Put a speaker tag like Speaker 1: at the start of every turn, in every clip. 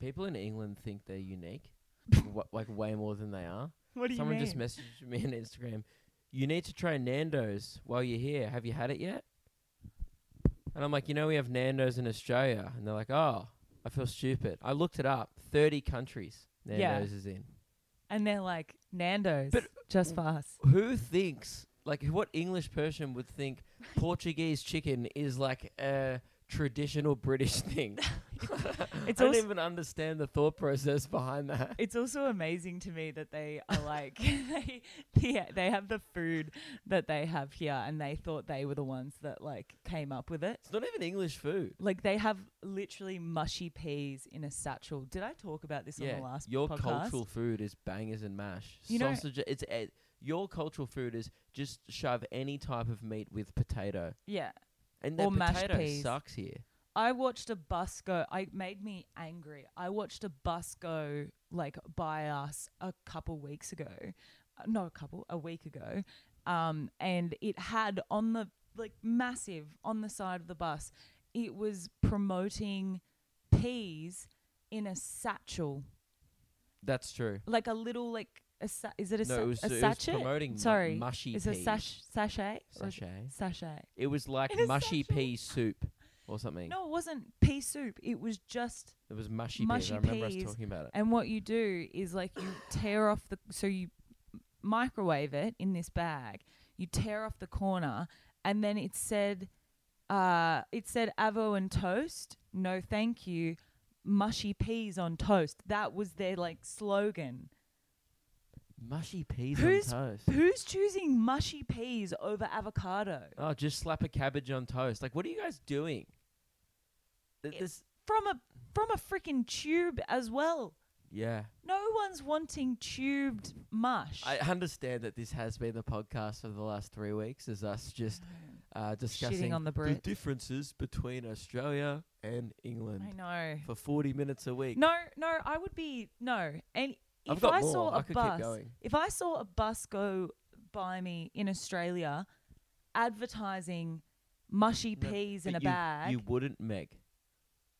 Speaker 1: people in England think they're unique, w- like way more than they are.
Speaker 2: What do
Speaker 1: Someone
Speaker 2: you mean?
Speaker 1: just messaged me on Instagram. You need to try Nando's while you're here. Have you had it yet? And I'm like, you know, we have Nando's in Australia, and they're like, oh, I feel stupid. I looked it up. Thirty countries
Speaker 2: Yeah.
Speaker 1: Nando's is in.
Speaker 2: and they're like Nando's,
Speaker 1: But-
Speaker 2: just for us.
Speaker 1: Who thinks like what English person would think Portuguese chicken is like a traditional British thing?
Speaker 2: It's
Speaker 1: I
Speaker 2: also-
Speaker 1: don't even understand the thought process behind that.
Speaker 2: It's also amazing to me that they are like they yeah, they have the food that they have here, and they thought they were the ones that like came up with it.
Speaker 1: It's not even English food.
Speaker 2: Like they have literally mushy peas in a satchel. Did I talk about this on the last
Speaker 1: your
Speaker 2: podcast?
Speaker 1: cultural food is bangers and mash.
Speaker 2: You know-
Speaker 1: Sausage. It's eh, your cultural food is just shove any type of meat with potato,
Speaker 2: Yeah.
Speaker 1: and that
Speaker 2: Or mashed
Speaker 1: potato
Speaker 2: peas.
Speaker 1: sucks here.
Speaker 2: I watched a bus go. I made me angry. I watched a bus go like by us a couple weeks ago, Uh, not a couple, a week ago, um, and it had on the like massive on the side of the bus. It was promoting peas in a satchel,
Speaker 1: That's true.
Speaker 2: like a little like a sa- is it a,
Speaker 1: no,
Speaker 2: sa-
Speaker 1: it was,
Speaker 2: a
Speaker 1: it was
Speaker 2: sachet?
Speaker 1: promoting mu-
Speaker 2: Sorry,
Speaker 1: mushy
Speaker 2: Is
Speaker 1: peas.
Speaker 2: it sash- sachet? Or is it-
Speaker 1: Sachet.
Speaker 2: Sachet.
Speaker 1: It was like
Speaker 2: It is
Speaker 1: mushy
Speaker 2: sachet.
Speaker 1: pea soup or something.
Speaker 2: No, it wasn't pea soup. It was just
Speaker 1: It was mushy, peas.
Speaker 2: Mushy
Speaker 1: I remember
Speaker 2: peas.
Speaker 1: us talking about it.
Speaker 2: And what you do is like you tear off the so you microwave it in this bag. You tear off the corner, and then it said, uh, it said avo and toast. No, thank you. Mushy peas on toast. That was their like slogan.
Speaker 1: Mushy peas
Speaker 2: Who's-
Speaker 1: on toast.
Speaker 2: Who's choosing mushy peas over avocado
Speaker 1: Oh, just slap a cabbage on toast. Like, what are you guys doing? Th-
Speaker 2: It-
Speaker 1: This,
Speaker 2: from a from a freaking tube as well?
Speaker 1: yeah.
Speaker 2: No one's wanting tubed mush.
Speaker 1: I understand that this has been the podcast for the last three weeks, is us just uh, discussing
Speaker 2: Shitting on the
Speaker 1: the
Speaker 2: Brit.
Speaker 1: differences between Australia and
Speaker 2: I
Speaker 1: England
Speaker 2: know.
Speaker 1: for 40 minutes a week.
Speaker 2: No, no, I would be no. And
Speaker 1: I've
Speaker 2: if
Speaker 1: got
Speaker 2: I
Speaker 1: more.
Speaker 2: saw a
Speaker 1: I could keep
Speaker 2: bus,
Speaker 1: going.
Speaker 2: if I saw a bus go by me in Australia, advertising mushy
Speaker 1: No,
Speaker 2: peas in a
Speaker 1: But you-
Speaker 2: bag,
Speaker 1: You wouldn't, Meg,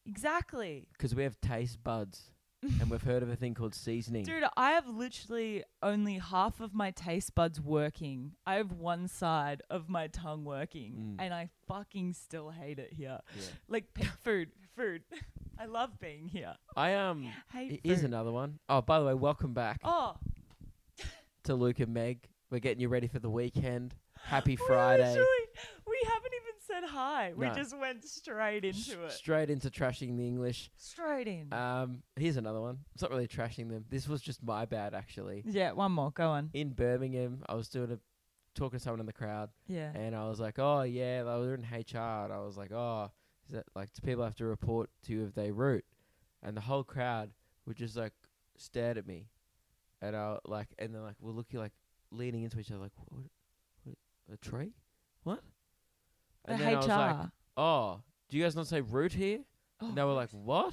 Speaker 2: exactly,
Speaker 1: because we have taste buds and we've heard of a thing called seasoning.
Speaker 2: dude. I have literally only half of my taste buds working. I have one side of my tongue working,
Speaker 1: Mm.
Speaker 2: and I fucking still hate it here.
Speaker 1: Yeah.
Speaker 2: Like pe- food, food. I love being here.
Speaker 1: I um, it
Speaker 2: Hate
Speaker 1: is
Speaker 2: food.
Speaker 1: another one. Oh, by the way, welcome back.
Speaker 2: Oh,
Speaker 1: to Luke and Meg. We're getting you ready for the weekend. Happy
Speaker 2: We
Speaker 1: Friday.
Speaker 2: literally- we haven't even said hi. We
Speaker 1: No.
Speaker 2: just went straight
Speaker 1: S-
Speaker 2: into it.
Speaker 1: Straight into trashing the English.
Speaker 2: Straight in.
Speaker 1: Um, here's another one. It's not really trashing them. This was just my bad, actually.
Speaker 2: yeah, one more. Go on.
Speaker 1: In Birmingham, I was doing a talking to someone in the crowd,
Speaker 2: Yeah.
Speaker 1: and I was like, "Oh yeah, they were in HR," and I was like, "Oh, is that like do people have to report to you if they root?" And the whole crowd were just like stared at me, and I like, and then like we're looking like leaning into each other, like, "What? what a tree? What?"
Speaker 2: The
Speaker 1: And then I was like,
Speaker 2: HR.
Speaker 1: oh, do you guys not say root here?
Speaker 2: Oh,
Speaker 1: and they were like, what?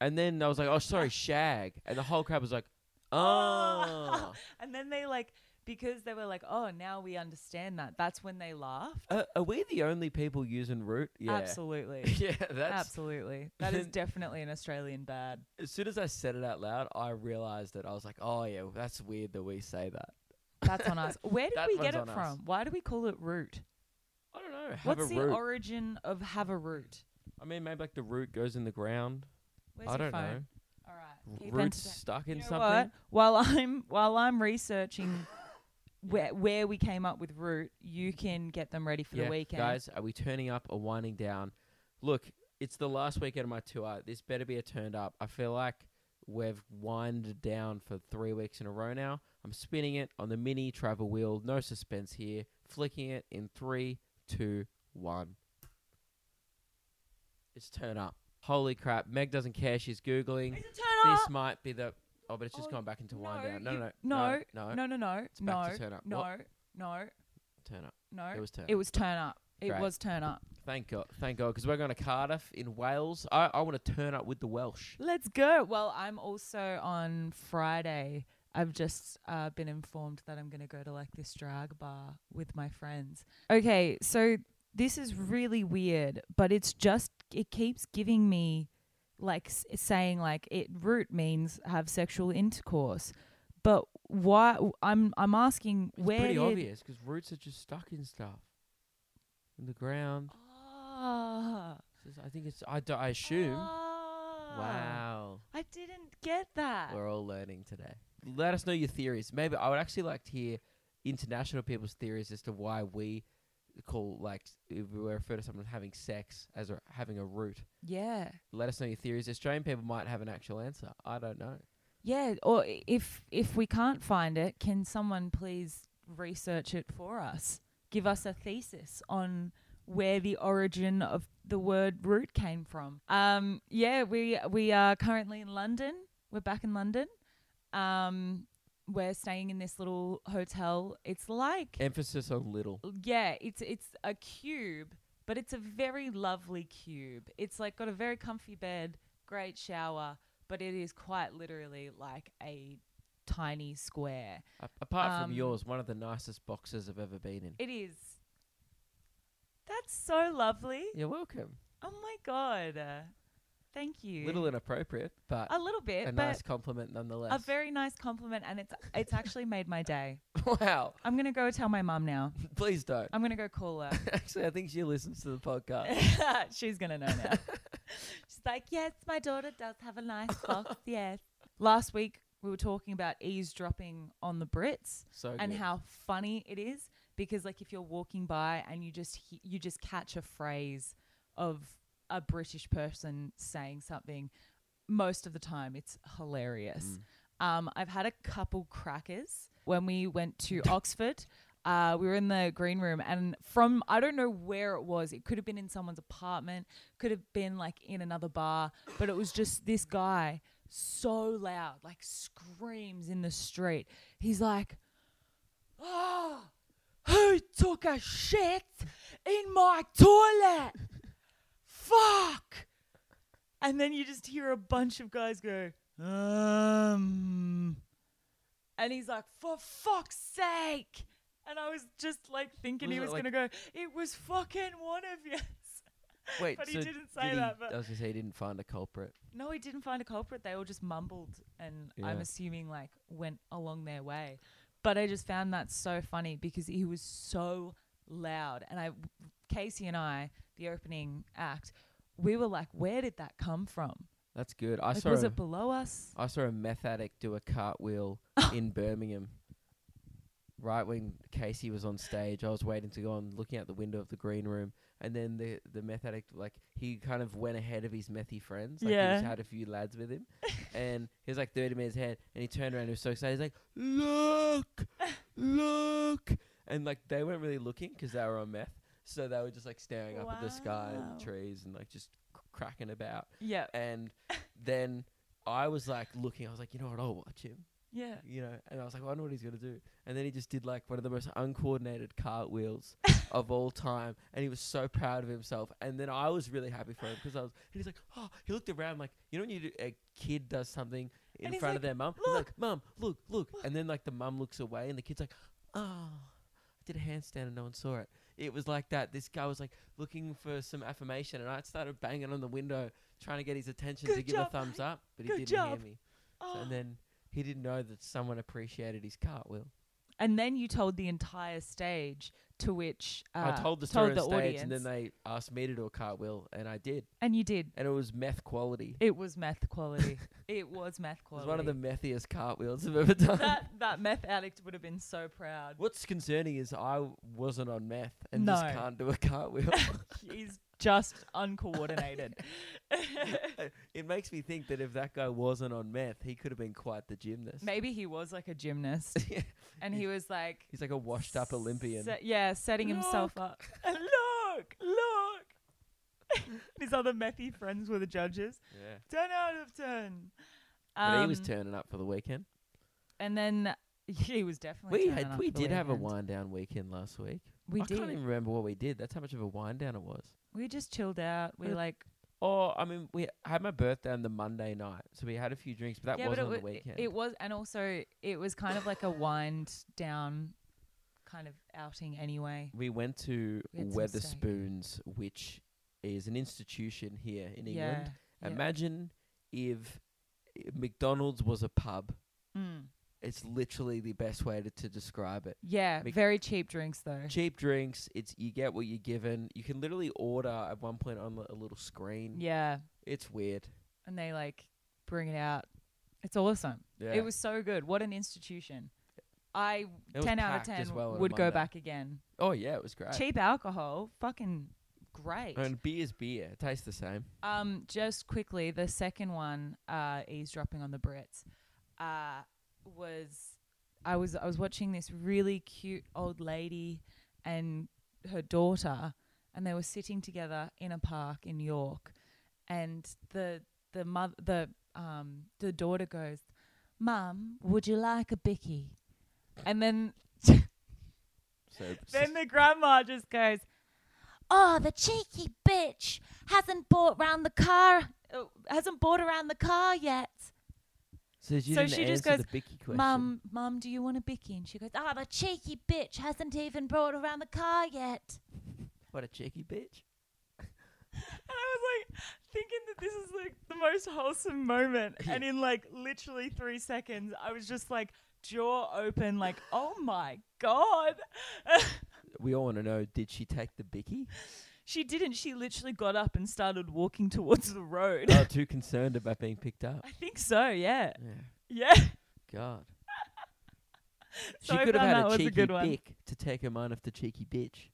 Speaker 1: And then I was like, oh, sorry, shag. And the whole crowd was like, oh.
Speaker 2: Oh. and then they like because they were like, oh, now we understand that. That's when they laughed.
Speaker 1: are, are we the only people using root? Yeah.
Speaker 2: Absolutely.
Speaker 1: yeah, that's.
Speaker 2: Absolutely. That is definitely an Australian bad.
Speaker 1: As soon as I said it out loud, I realized that I was like, oh, yeah, that's weird that we say that.
Speaker 2: That's on us. Where did
Speaker 1: That
Speaker 2: we
Speaker 1: one's
Speaker 2: get it
Speaker 1: on us.
Speaker 2: from? Why do we call it root?
Speaker 1: I don't know. Have
Speaker 2: What's
Speaker 1: a
Speaker 2: the
Speaker 1: root.
Speaker 2: origin of have a root?
Speaker 1: I mean, maybe like the root goes in the ground.
Speaker 2: Where's
Speaker 1: I
Speaker 2: your
Speaker 1: don't
Speaker 2: phone?
Speaker 1: know.
Speaker 2: All right. Keep
Speaker 1: Roots
Speaker 2: entertain-
Speaker 1: stuck in
Speaker 2: You know
Speaker 1: something.
Speaker 2: what? While I'm while I'm researching where where we came up with root, you can get them ready for
Speaker 1: yeah,
Speaker 2: the weekend.
Speaker 1: Guys, are we turning up or winding down? Look, it's the last weekend of my tour. This better be a turned up. I feel like we've winded down for three weeks in a row now. I'm spinning it on the mini travel wheel. No suspense here. Flicking it in three, two, one. It's turn up. Holy crap. Meg doesn't care. She's Googling.
Speaker 2: Is it turn
Speaker 1: This
Speaker 2: up?
Speaker 1: might be the. Oh, but it's just
Speaker 2: Oh,
Speaker 1: gone back into wind
Speaker 2: no,
Speaker 1: down. No,
Speaker 2: you-
Speaker 1: no,
Speaker 2: no,
Speaker 1: no, no,
Speaker 2: No, no, no, no,
Speaker 1: back to turn up.
Speaker 2: no,
Speaker 1: What?
Speaker 2: no,
Speaker 1: Turn up.
Speaker 2: no.
Speaker 1: It was turn.
Speaker 2: It was turn up. It
Speaker 1: Great.
Speaker 2: was turn up.
Speaker 1: Thank God, thank God, because we're going to Cardiff in Wales. I, I want to turn up with the Welsh.
Speaker 2: Let's go. Well, I'm also on Friday. I've just uh, been informed that I'm going to go to like this drag bar with my friends. Okay, so this is really weird, but it's just, it keeps giving me like s- saying like it root means have sexual intercourse. But why? I'm I'm asking
Speaker 1: It's
Speaker 2: where
Speaker 1: pretty
Speaker 2: did-
Speaker 1: obvious because roots are just stuck in stuff, in the ground.
Speaker 2: Ah,
Speaker 1: It's just- I think it's. I, do, I assume.
Speaker 2: ah.
Speaker 1: Wow,
Speaker 2: I didn't get that.
Speaker 1: we're all learning today. Let us know your theories. Maybe I would actually like to hear international people's theories as to why we call like if we refer to someone having sex as a, having a root.
Speaker 2: Yeah.
Speaker 1: Let us know your theories. Australian people might have an actual answer. I don't know.
Speaker 2: Yeah, or i- if if we can't find it, can someone please research it for us? Give us a thesis on where the origin of the word root came from. Um, yeah, we we are currently in London. We're back in London. Um, we're staying in this little hotel. It's like
Speaker 1: Emphasis on little.
Speaker 2: yeah, it's it's a cube, but it's a very lovely cube. It's like got a very comfy bed, great shower, but it is quite literally like a tiny square.
Speaker 1: A- apart from
Speaker 2: Um,
Speaker 1: yours, one of the nicest boxes I've ever been in.
Speaker 2: It is. That's so lovely.
Speaker 1: You're welcome.
Speaker 2: Oh my god. Uh, Thank you.
Speaker 1: Little inappropriate, but
Speaker 2: a little bit,
Speaker 1: a
Speaker 2: but
Speaker 1: nice compliment nonetheless.
Speaker 2: a very nice compliment and it's it's actually made my day.
Speaker 1: wow.
Speaker 2: I'm going to go tell my mum now.
Speaker 1: Please don't.
Speaker 2: I'm going to go call her.
Speaker 1: Actually, I think she listens to the podcast.
Speaker 2: She's gonna know now. She's like, yes, my daughter does have a nice box. Yes. Last week we were talking about eavesdropping on the Brits
Speaker 1: So
Speaker 2: and
Speaker 1: good.
Speaker 2: how funny it is because, like, if you're walking by and you just he- you just catch a phrase of a British person saying something, most of the time it's hilarious. Um, I've had a couple crackers when we went to Oxford. Uh, we were in the green room, and from I don't know where it was. It could have been in someone's apartment, could have been like in another bar, but it was just this guy so loud, like screams in the street. He's like, "Oh, who took a shit in my toilet? Fuck!" And then you just hear a bunch of guys go, um. And he's like, for fuck's sake. And I was just like thinking
Speaker 1: Was
Speaker 2: he
Speaker 1: it
Speaker 2: was
Speaker 1: like-
Speaker 2: going to go, it was fucking one of you.
Speaker 1: Wait,
Speaker 2: but he
Speaker 1: so
Speaker 2: didn't say
Speaker 1: did he-
Speaker 2: that, but-
Speaker 1: I was gonna say he didn't find a culprit.
Speaker 2: No, he didn't find a culprit. They all just mumbled and I'm
Speaker 1: Yeah.
Speaker 2: assuming like went along their way. But I just found that so funny because he was so loud. And I, Casey and I, the opening act, we were like, where did that come from?
Speaker 1: That's good. I
Speaker 2: Like,
Speaker 1: saw
Speaker 2: was
Speaker 1: a,
Speaker 2: it below us?
Speaker 1: I saw a meth addict do a cartwheel in Birmingham. Right when Casey was on stage, I was waiting to go on, looking out the window of the green room, and then the the meth addict like he kind of went ahead of his methy friends. Like he just
Speaker 2: Yeah.
Speaker 1: had a few lads with him, and he was like thirty minutes ahead, and he turned around, he was so excited, he's like, "Look, look!" And like they weren't really looking 'cause they were on meth, so they were just like staring up at the sky and
Speaker 2: Wow.
Speaker 1: the trees and like just c- cracking about.
Speaker 2: Yeah.
Speaker 1: And then I was like looking, I was like, you know what, I'll watch him.
Speaker 2: Yeah.
Speaker 1: You know, and I was like, well, I know what he's gonna do. And then he just did like one of the most uncoordinated cartwheels of all time, and he was so proud of himself. And then I was really happy for him because I was. And he's like, oh, he looked around like, you know, when you do, a kid does something in
Speaker 2: And he's
Speaker 1: front of
Speaker 2: like,
Speaker 1: their mum, He's like, mum, look, look, and then like the mum looks away, and the kid's like, oh, I did a handstand and no one saw it. It was like that. This guy was like looking for some affirmation, and I started banging on the window trying to get his attention to
Speaker 2: Good
Speaker 1: give a
Speaker 2: job,
Speaker 1: thumbs up, but he
Speaker 2: Good
Speaker 1: didn't hear
Speaker 2: job.
Speaker 1: me. So-
Speaker 2: Oh.
Speaker 1: and then he didn't know that someone appreciated his cartwheel.
Speaker 2: And then you told the entire stage to which uh,
Speaker 1: I told the story on stage,
Speaker 2: audience,
Speaker 1: and then they asked me to do a cartwheel, and I did,
Speaker 2: and you did.
Speaker 1: and it was meth quality.
Speaker 2: It was meth quality. it was meth
Speaker 1: It was
Speaker 2: quality.
Speaker 1: one of the methiest cartwheels I've ever done.
Speaker 2: that that meth addict would have been so proud.
Speaker 1: What's concerning is I w- wasn't on meth and just
Speaker 2: No.
Speaker 1: can't do a cartwheel.
Speaker 2: He's just uncoordinated.
Speaker 1: it makes me think that if that guy wasn't on meth, he could have been quite the gymnast.
Speaker 2: Maybe he was like a gymnast,
Speaker 1: Yeah.
Speaker 2: and he was like
Speaker 1: He's like a washed-up Olympian.
Speaker 2: se- yeah, setting himself up. look, look. His other methy friends were the judges.
Speaker 1: yeah,
Speaker 2: Ten out of ten.
Speaker 1: but he was
Speaker 2: Um,
Speaker 1: turning up for the weekend.
Speaker 2: And then he was definitely.
Speaker 1: We
Speaker 2: turning
Speaker 1: had
Speaker 2: up
Speaker 1: we
Speaker 2: for the
Speaker 1: did have a
Speaker 2: weekend.
Speaker 1: wind down weekend last week.
Speaker 2: We
Speaker 1: I
Speaker 2: did.
Speaker 1: can't even remember what we did. That's how much of a wind down it was.
Speaker 2: We just chilled out. We
Speaker 1: Yeah.
Speaker 2: like.
Speaker 1: Oh, I mean, we had my birthday on the Monday night, so we had a few drinks, but that
Speaker 2: yeah, but
Speaker 1: wasn't
Speaker 2: it,
Speaker 1: on
Speaker 2: wa-
Speaker 1: the weekend.
Speaker 2: it was, and also it was kind of like a wind down, kind of outing anyway.
Speaker 1: we went to
Speaker 2: We had some steak.
Speaker 1: Weatherspoons, which is an institution here in England,
Speaker 2: yeah. Yeah.
Speaker 1: Imagine if eh, McDonald's was a pub.
Speaker 2: Mm.
Speaker 1: It's literally the best way to, to describe it.
Speaker 2: Yeah,
Speaker 1: Mc-
Speaker 2: very cheap drinks though.
Speaker 1: Cheap drinks. It's you get what you're given. You can literally order at one point on li- a little screen.
Speaker 2: Yeah,
Speaker 1: It's weird.
Speaker 2: and they like bring it out. It's awesome.
Speaker 1: Yeah.
Speaker 2: It was so good. What an institution. I
Speaker 1: It was
Speaker 2: ten out of
Speaker 1: packed as
Speaker 2: ten
Speaker 1: well on a
Speaker 2: would go
Speaker 1: Monday.
Speaker 2: back again.
Speaker 1: Oh yeah, it was great.
Speaker 2: Cheap alcohol, fucking great.
Speaker 1: And beer's beer. It tastes the same.
Speaker 2: Um, just quickly, the second one, uh, eavesdropping on the Brits, uh, was I was I was watching this really cute old lady and her daughter, and they were sitting together in a park in York, and the the mother the um the daughter goes, "Mum, would you like a bicky?" And then
Speaker 1: So it's
Speaker 2: then the grandma just goes,
Speaker 3: Oh, the cheeky bitch hasn't bought round the car.
Speaker 2: oh, "Hasn't bought around the car yet."
Speaker 1: So, you
Speaker 2: So
Speaker 1: didn't
Speaker 2: she just
Speaker 1: answer
Speaker 2: goes,
Speaker 1: the Bicky question.
Speaker 2: Mum, mum, do you want a bicky? And she goes, "Ah,
Speaker 3: Oh, the cheeky bitch hasn't even brought around the car yet.
Speaker 1: What a cheeky bitch.
Speaker 2: And I was like thinking that this is like the most wholesome moment. And in like literally three seconds, I was just like jaw open, like, oh my God.
Speaker 1: We all want to know, did she take the Bicky?
Speaker 2: she didn't. She literally got up and started walking towards the road.
Speaker 1: oh, too concerned about being picked up.
Speaker 2: I think so, yeah.
Speaker 1: Yeah.
Speaker 2: Yeah.
Speaker 1: God.
Speaker 2: So
Speaker 1: she
Speaker 2: I
Speaker 1: could have
Speaker 2: found
Speaker 1: had
Speaker 2: that
Speaker 1: a
Speaker 2: was a
Speaker 1: cheeky
Speaker 2: good one.
Speaker 1: dick to take her mind off the cheeky bitch.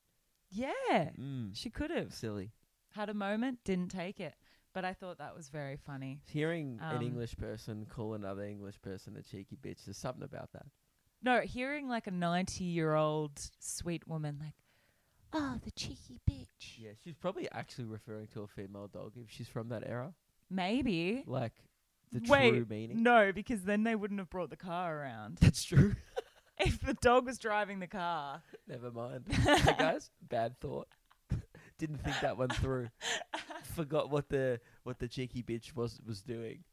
Speaker 2: Yeah.
Speaker 1: Mm.
Speaker 2: She could have.
Speaker 1: Silly.
Speaker 2: Had a moment, didn't take it. But I thought that was very funny.
Speaker 1: Hearing an
Speaker 2: Um,
Speaker 1: English person call another English person a cheeky bitch, there's something about that.
Speaker 2: No, hearing like a 90 year old sweet woman, like,
Speaker 3: Oh, the cheeky bitch.
Speaker 1: Yeah, she's probably actually referring to a female dog if she's from that era.
Speaker 2: maybe.
Speaker 1: Like the true
Speaker 2: Eh? Wait,
Speaker 1: meaning.
Speaker 2: No, because then they wouldn't have brought the car around.
Speaker 1: That's true.
Speaker 2: if the dog was driving the car.
Speaker 1: Never mind. hey guys, bad thought. Didn't think that one through. Forgot what the what the cheeky bitch was was doing.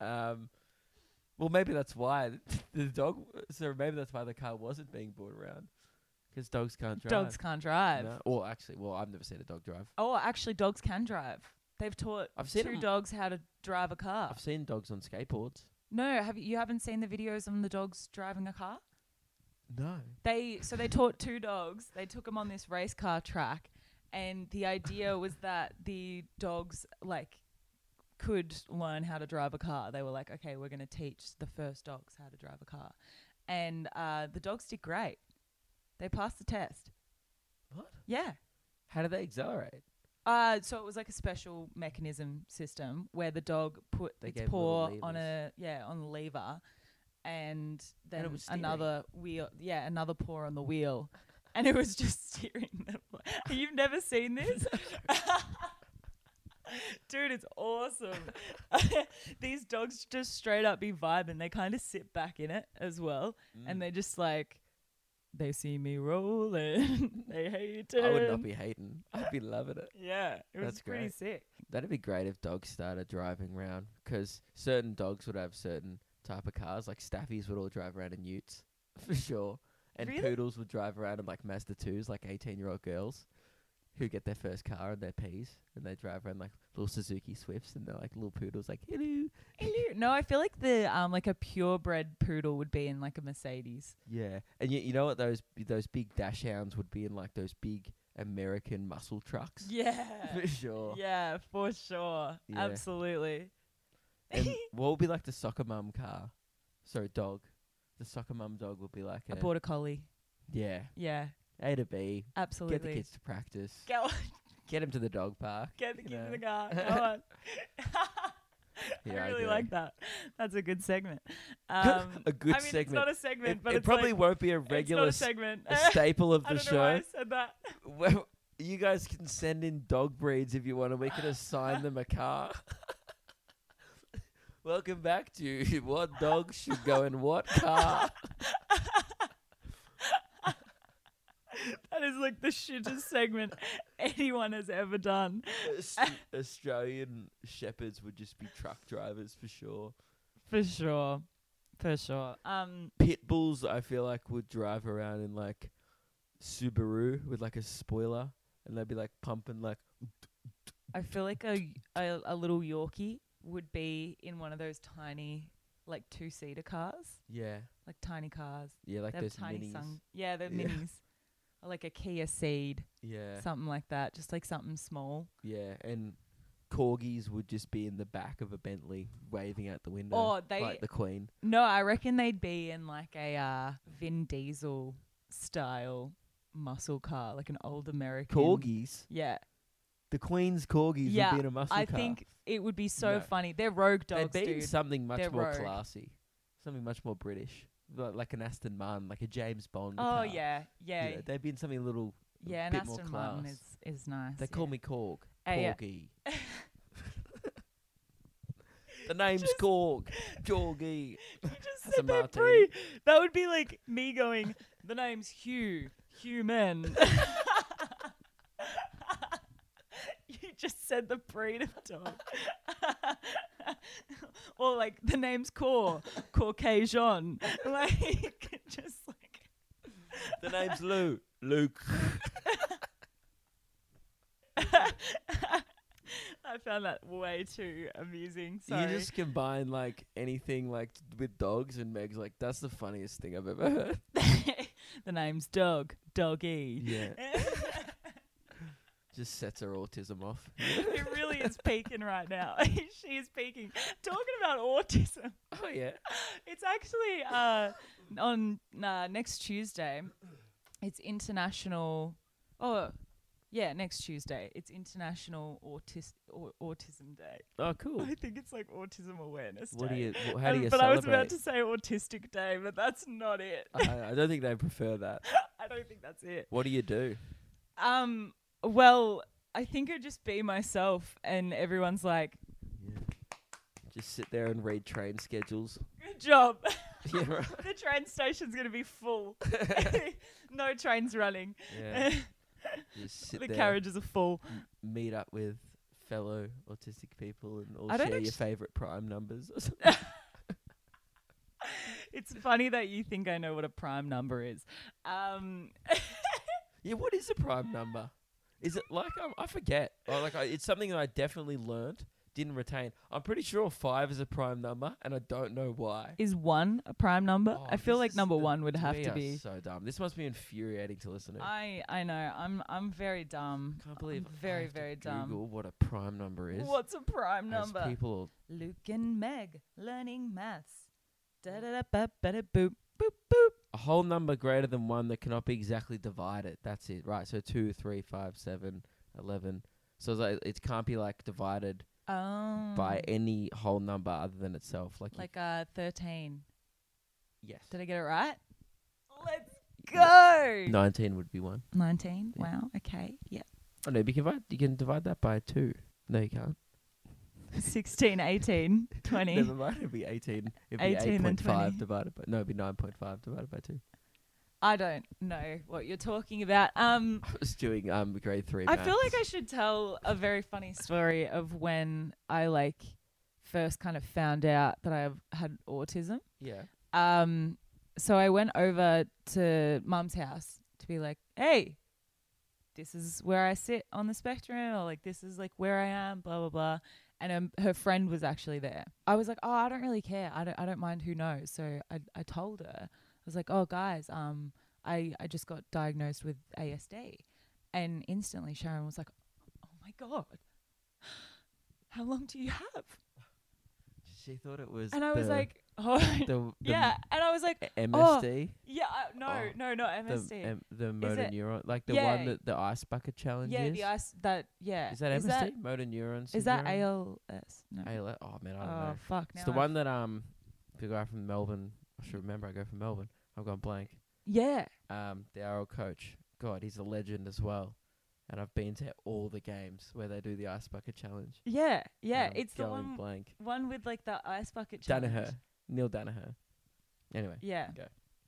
Speaker 1: Um, well, maybe that's why the dog. So maybe that's why the car wasn't being brought around, because dogs can't drive.
Speaker 2: Dogs can't drive.
Speaker 1: No? Or actually, well, I've never seen a dog drive.
Speaker 2: Oh, actually, dogs can drive. They've taught
Speaker 1: I've seen
Speaker 2: two
Speaker 1: 'em-
Speaker 2: dogs how to drive a car.
Speaker 1: I've seen dogs on skateboards.
Speaker 2: no, have you, you haven't seen the videos on the dogs driving a car?
Speaker 1: No.
Speaker 2: They so they taught two dogs. They took 'em on this race car track, and the idea was that the dogs like could learn how to drive a car. They were like, okay, we're going to teach the first dogs how to drive a car, and uh, the dogs did great. They passed the test.
Speaker 1: What?
Speaker 2: Yeah.
Speaker 1: How do they accelerate?
Speaker 2: Uh, so it was like a special mechanism system where the dog put
Speaker 1: They
Speaker 2: its
Speaker 1: gave
Speaker 2: paw
Speaker 1: little
Speaker 2: on
Speaker 1: levers.
Speaker 2: a yeah on a lever, and then
Speaker 1: it was steering.
Speaker 2: another wheel yeah another paw on the wheel, and it was just steering them. You've never seen this. Dude, it's awesome. These dogs just straight up be vibing. They kind of sit back in it as well,
Speaker 1: Mm.
Speaker 2: and they're just like, they see me rolling. they hate it.
Speaker 1: I would not be hating. I'd be loving it.
Speaker 2: Yeah, it was
Speaker 1: That's
Speaker 2: pretty
Speaker 1: great.
Speaker 2: sick.
Speaker 1: That'd be great if dogs started driving round 'cause certain dogs would have certain type of cars. Like staffies would all drive around in Utes for sure, and
Speaker 2: Really?
Speaker 1: poodles would drive around in like Mazda twos, like eighteen-year-old girls who get their first car and their peas, and they drive around like little Suzuki Swifts, and they're like little poodles, like hello.
Speaker 2: Hello. No, I feel like the um like a purebred poodle would be in like a Mercedes.
Speaker 1: Yeah, and you, you know what those those big dash hounds would be in like those big American muscle trucks
Speaker 2: Yeah.
Speaker 1: for sure.
Speaker 2: yeah, for sure.
Speaker 1: Yeah.
Speaker 2: Absolutely.
Speaker 1: And what would be like the soccer mum car? Sorry, dog. The soccer mum dog would be like
Speaker 2: A border collie.
Speaker 1: Yeah,
Speaker 2: Yeah,
Speaker 1: A to B.
Speaker 2: absolutely.
Speaker 1: Get the kids to practice.
Speaker 2: Go on,
Speaker 1: Get them to the dog park.
Speaker 2: get the
Speaker 1: you
Speaker 2: kids
Speaker 1: know.
Speaker 2: in the car. Go on.
Speaker 1: Yeah,
Speaker 2: I really
Speaker 1: agree.
Speaker 2: like that. That's a good segment. Um,
Speaker 1: a good
Speaker 2: I mean, it's
Speaker 1: segment.
Speaker 2: not a segment,
Speaker 1: it
Speaker 2: but
Speaker 1: it
Speaker 2: it's
Speaker 1: probably
Speaker 2: like,
Speaker 1: won't be a
Speaker 2: it's not
Speaker 1: regular
Speaker 2: a
Speaker 1: s-
Speaker 2: segment.
Speaker 1: a staple of the
Speaker 2: I don't know why I
Speaker 1: show.
Speaker 2: said that.
Speaker 1: Well, you guys can send in dog breeds if you want, and we can assign them a car. Welcome back to what dog should go in what car.
Speaker 2: That is like the shittest segment anyone has ever done.
Speaker 1: Aus- Australian shepherds would just be truck drivers for sure.
Speaker 2: For sure. For sure. Um
Speaker 1: Pit bulls, I feel like, would drive around in like Subaru with like a spoiler, and they'd be like pumping like
Speaker 2: I feel like a, a a little Yorkie would be in one of those tiny, like two seater cars,
Speaker 1: Yeah.
Speaker 2: like tiny cars.
Speaker 1: Yeah, like
Speaker 2: they have
Speaker 1: those
Speaker 2: tiny
Speaker 1: minis.
Speaker 2: sun. Yeah, they're
Speaker 1: Yeah.
Speaker 2: minis. Or like a Kia Seed,
Speaker 1: Yeah.
Speaker 2: something like that. Just like something small.
Speaker 1: Yeah. And corgis would just be in the back of a Bentley waving out the window.
Speaker 2: Oh, they-
Speaker 1: like the Queen.
Speaker 2: No, I reckon they'd be in like a uh, Vin Diesel style muscle car, like an old American
Speaker 1: Corgis.
Speaker 2: Yeah,
Speaker 1: The Queen's corgis
Speaker 2: Yeah,
Speaker 1: would be in a muscle
Speaker 2: I
Speaker 1: car.
Speaker 2: think it would be so
Speaker 1: No.
Speaker 2: funny. They're rogue dogs,
Speaker 1: They'd be in
Speaker 2: dude.
Speaker 1: something much
Speaker 2: They're
Speaker 1: more
Speaker 2: rogue.
Speaker 1: classy, something much more British, Li- like an Aston Martin, like a James Bond.
Speaker 2: Oh
Speaker 1: car.
Speaker 2: yeah,
Speaker 1: You
Speaker 2: yeah,
Speaker 1: know, they'd be in something a little. a
Speaker 2: yeah. An
Speaker 1: bit more
Speaker 2: Aston Martin
Speaker 1: class.
Speaker 2: is is nice.
Speaker 1: They
Speaker 2: yeah.
Speaker 1: call me Corg.
Speaker 2: Ah, yeah.
Speaker 1: Corgi. the name's Corg. Corgi.
Speaker 2: You just
Speaker 1: That's a
Speaker 2: said that
Speaker 1: martini.
Speaker 2: pre. That would be like me going. The name's Hugh. Human. you just said the breed of dog. or like the name's Cor. Caucasian. Like just like.
Speaker 1: The name's Lou. Luke.
Speaker 2: I found that way too amusing.
Speaker 1: You
Speaker 2: Sorry.
Speaker 1: just combine like anything like with dogs and Meg's like that's the funniest thing I've ever heard.
Speaker 2: the name's Doug. Doggy.
Speaker 1: Yeah. Just sets her autism off.
Speaker 2: it really is peaking right now. she is peaking. Talking about autism,
Speaker 1: Oh yeah.
Speaker 2: it's actually uh, on uh, next Tuesday. It's International. Oh, yeah, next Tuesday. It's International Autis- Au- Autism Day.
Speaker 1: Oh cool.
Speaker 2: I think it's like Autism Awareness
Speaker 1: What do
Speaker 2: Day.
Speaker 1: you? wh- How do
Speaker 2: Um,
Speaker 1: you
Speaker 2: but I was
Speaker 1: celebrate?
Speaker 2: about to say Autistic Day, but that's not it.
Speaker 1: I, I don't think they prefer that.
Speaker 2: I don't think that's it.
Speaker 1: What do you do?
Speaker 2: Um. Well, I think it'd just be myself, and everyone's like,
Speaker 1: Just sit there and read train schedules.
Speaker 2: "Good job."
Speaker 1: yeah, right.
Speaker 2: the train station's gonna be full. no trains running.
Speaker 1: yeah. Just sit
Speaker 2: the
Speaker 1: there,
Speaker 2: carriages are full.
Speaker 1: meet up with fellow autistic people, and all
Speaker 2: I
Speaker 1: share
Speaker 2: don't
Speaker 1: your
Speaker 2: actu-
Speaker 1: favorite prime numbers. or something.
Speaker 2: It's funny that you think I know what a prime number is. Um,
Speaker 1: yeah, what is a prime number? Is it like um, I forget? Or like I, it's something that I definitely learned, didn't retain. I'm pretty sure five is a prime number, and I don't know why.
Speaker 2: is one a prime number?
Speaker 1: Oh,
Speaker 2: I feel
Speaker 1: this
Speaker 2: like
Speaker 1: is-
Speaker 2: number
Speaker 1: th-
Speaker 2: one would have
Speaker 1: we
Speaker 2: to
Speaker 1: are
Speaker 2: be.
Speaker 1: so dumb. This must be infuriating to listen to.
Speaker 2: I I know. I'm I'm very dumb.
Speaker 1: can't believe
Speaker 2: I'm
Speaker 1: I
Speaker 2: very
Speaker 1: have to
Speaker 2: very
Speaker 1: Google
Speaker 2: dumb.
Speaker 1: what a prime number is.
Speaker 2: What's a prime
Speaker 1: as
Speaker 2: number?
Speaker 1: people
Speaker 2: Luke and Meg learning maths. Da da da ba ba da boop boop boop.
Speaker 1: a whole number greater than one that cannot be exactly divided. That's it, right? So two, three, five, seven, eleven. So it's like, it can't be like divided
Speaker 2: Oh.
Speaker 1: by any whole number other than itself. Like, you-
Speaker 2: like uh thirteen.
Speaker 1: yes,
Speaker 2: Did I get it right? Let's go.
Speaker 1: nineteen would be one.
Speaker 2: Nineteen.
Speaker 1: Yeah.
Speaker 2: Wow. Okay. Yep.
Speaker 1: Oh no, you can divide, you can divide that by two. No, you can't.
Speaker 2: 16, 18, 20.
Speaker 1: Never mind. It'd be eighteen. It'd
Speaker 2: 18
Speaker 1: be eight
Speaker 2: and
Speaker 1: point five
Speaker 2: 20.
Speaker 1: divided by no. It'd be nine point five divided by two.
Speaker 2: I don't know what you're talking about. Um,
Speaker 1: I was doing um grade three.
Speaker 2: I feel like
Speaker 1: maths.
Speaker 2: I should tell a very funny story of when I like first kind of found out that I had autism.
Speaker 1: yeah.
Speaker 2: Um, so I went over to mum's house to be like, hey, this is where I sit on the spectrum, or like, this is like where I am, blah, blah, blah. And um, her friend was actually there. I was like, oh, I don't really care. I don't, I don't mind who knows. So I, I told her, I was like, oh, guys, um, I, I just got diagnosed with ASD. And instantly Sharon was like, oh my God, how long do you have?
Speaker 1: She thought it was.
Speaker 2: And I was
Speaker 1: the-
Speaker 2: like, oh,
Speaker 1: the, the
Speaker 2: yeah. And I was like,
Speaker 1: MSD.
Speaker 2: yeah, uh, no,
Speaker 1: Oh,
Speaker 2: no, not MSD.
Speaker 1: the, M- the motor
Speaker 2: it-
Speaker 1: neuron, like the
Speaker 2: Yeah.
Speaker 1: one that the ice bucket challenge
Speaker 2: yeah,
Speaker 1: is.
Speaker 2: the ice that yeah.
Speaker 1: Is that
Speaker 2: is
Speaker 1: MSD?
Speaker 2: That,
Speaker 1: motor neuron.
Speaker 2: is that
Speaker 1: syndrome?
Speaker 2: ALS? No.
Speaker 1: ALS? Oh man, I don't
Speaker 2: oh
Speaker 1: know.
Speaker 2: fuck! Now
Speaker 1: It's the
Speaker 2: I've-
Speaker 1: one that um, the guy from Melbourne. I should remember. I go from Melbourne. I've gone blank.
Speaker 2: Yeah.
Speaker 1: Um, the RL coach. God, he's a legend as well. And I've been to all the games where they do the ice bucket challenge.
Speaker 2: Yeah. Yeah.
Speaker 1: and I'm
Speaker 2: it's the
Speaker 1: going
Speaker 2: one
Speaker 1: blank.
Speaker 2: one with like the ice bucket. Challenge.
Speaker 1: Oh, Danaher, Neil Danaher. Anyway,
Speaker 2: Yeah.
Speaker 1: Go.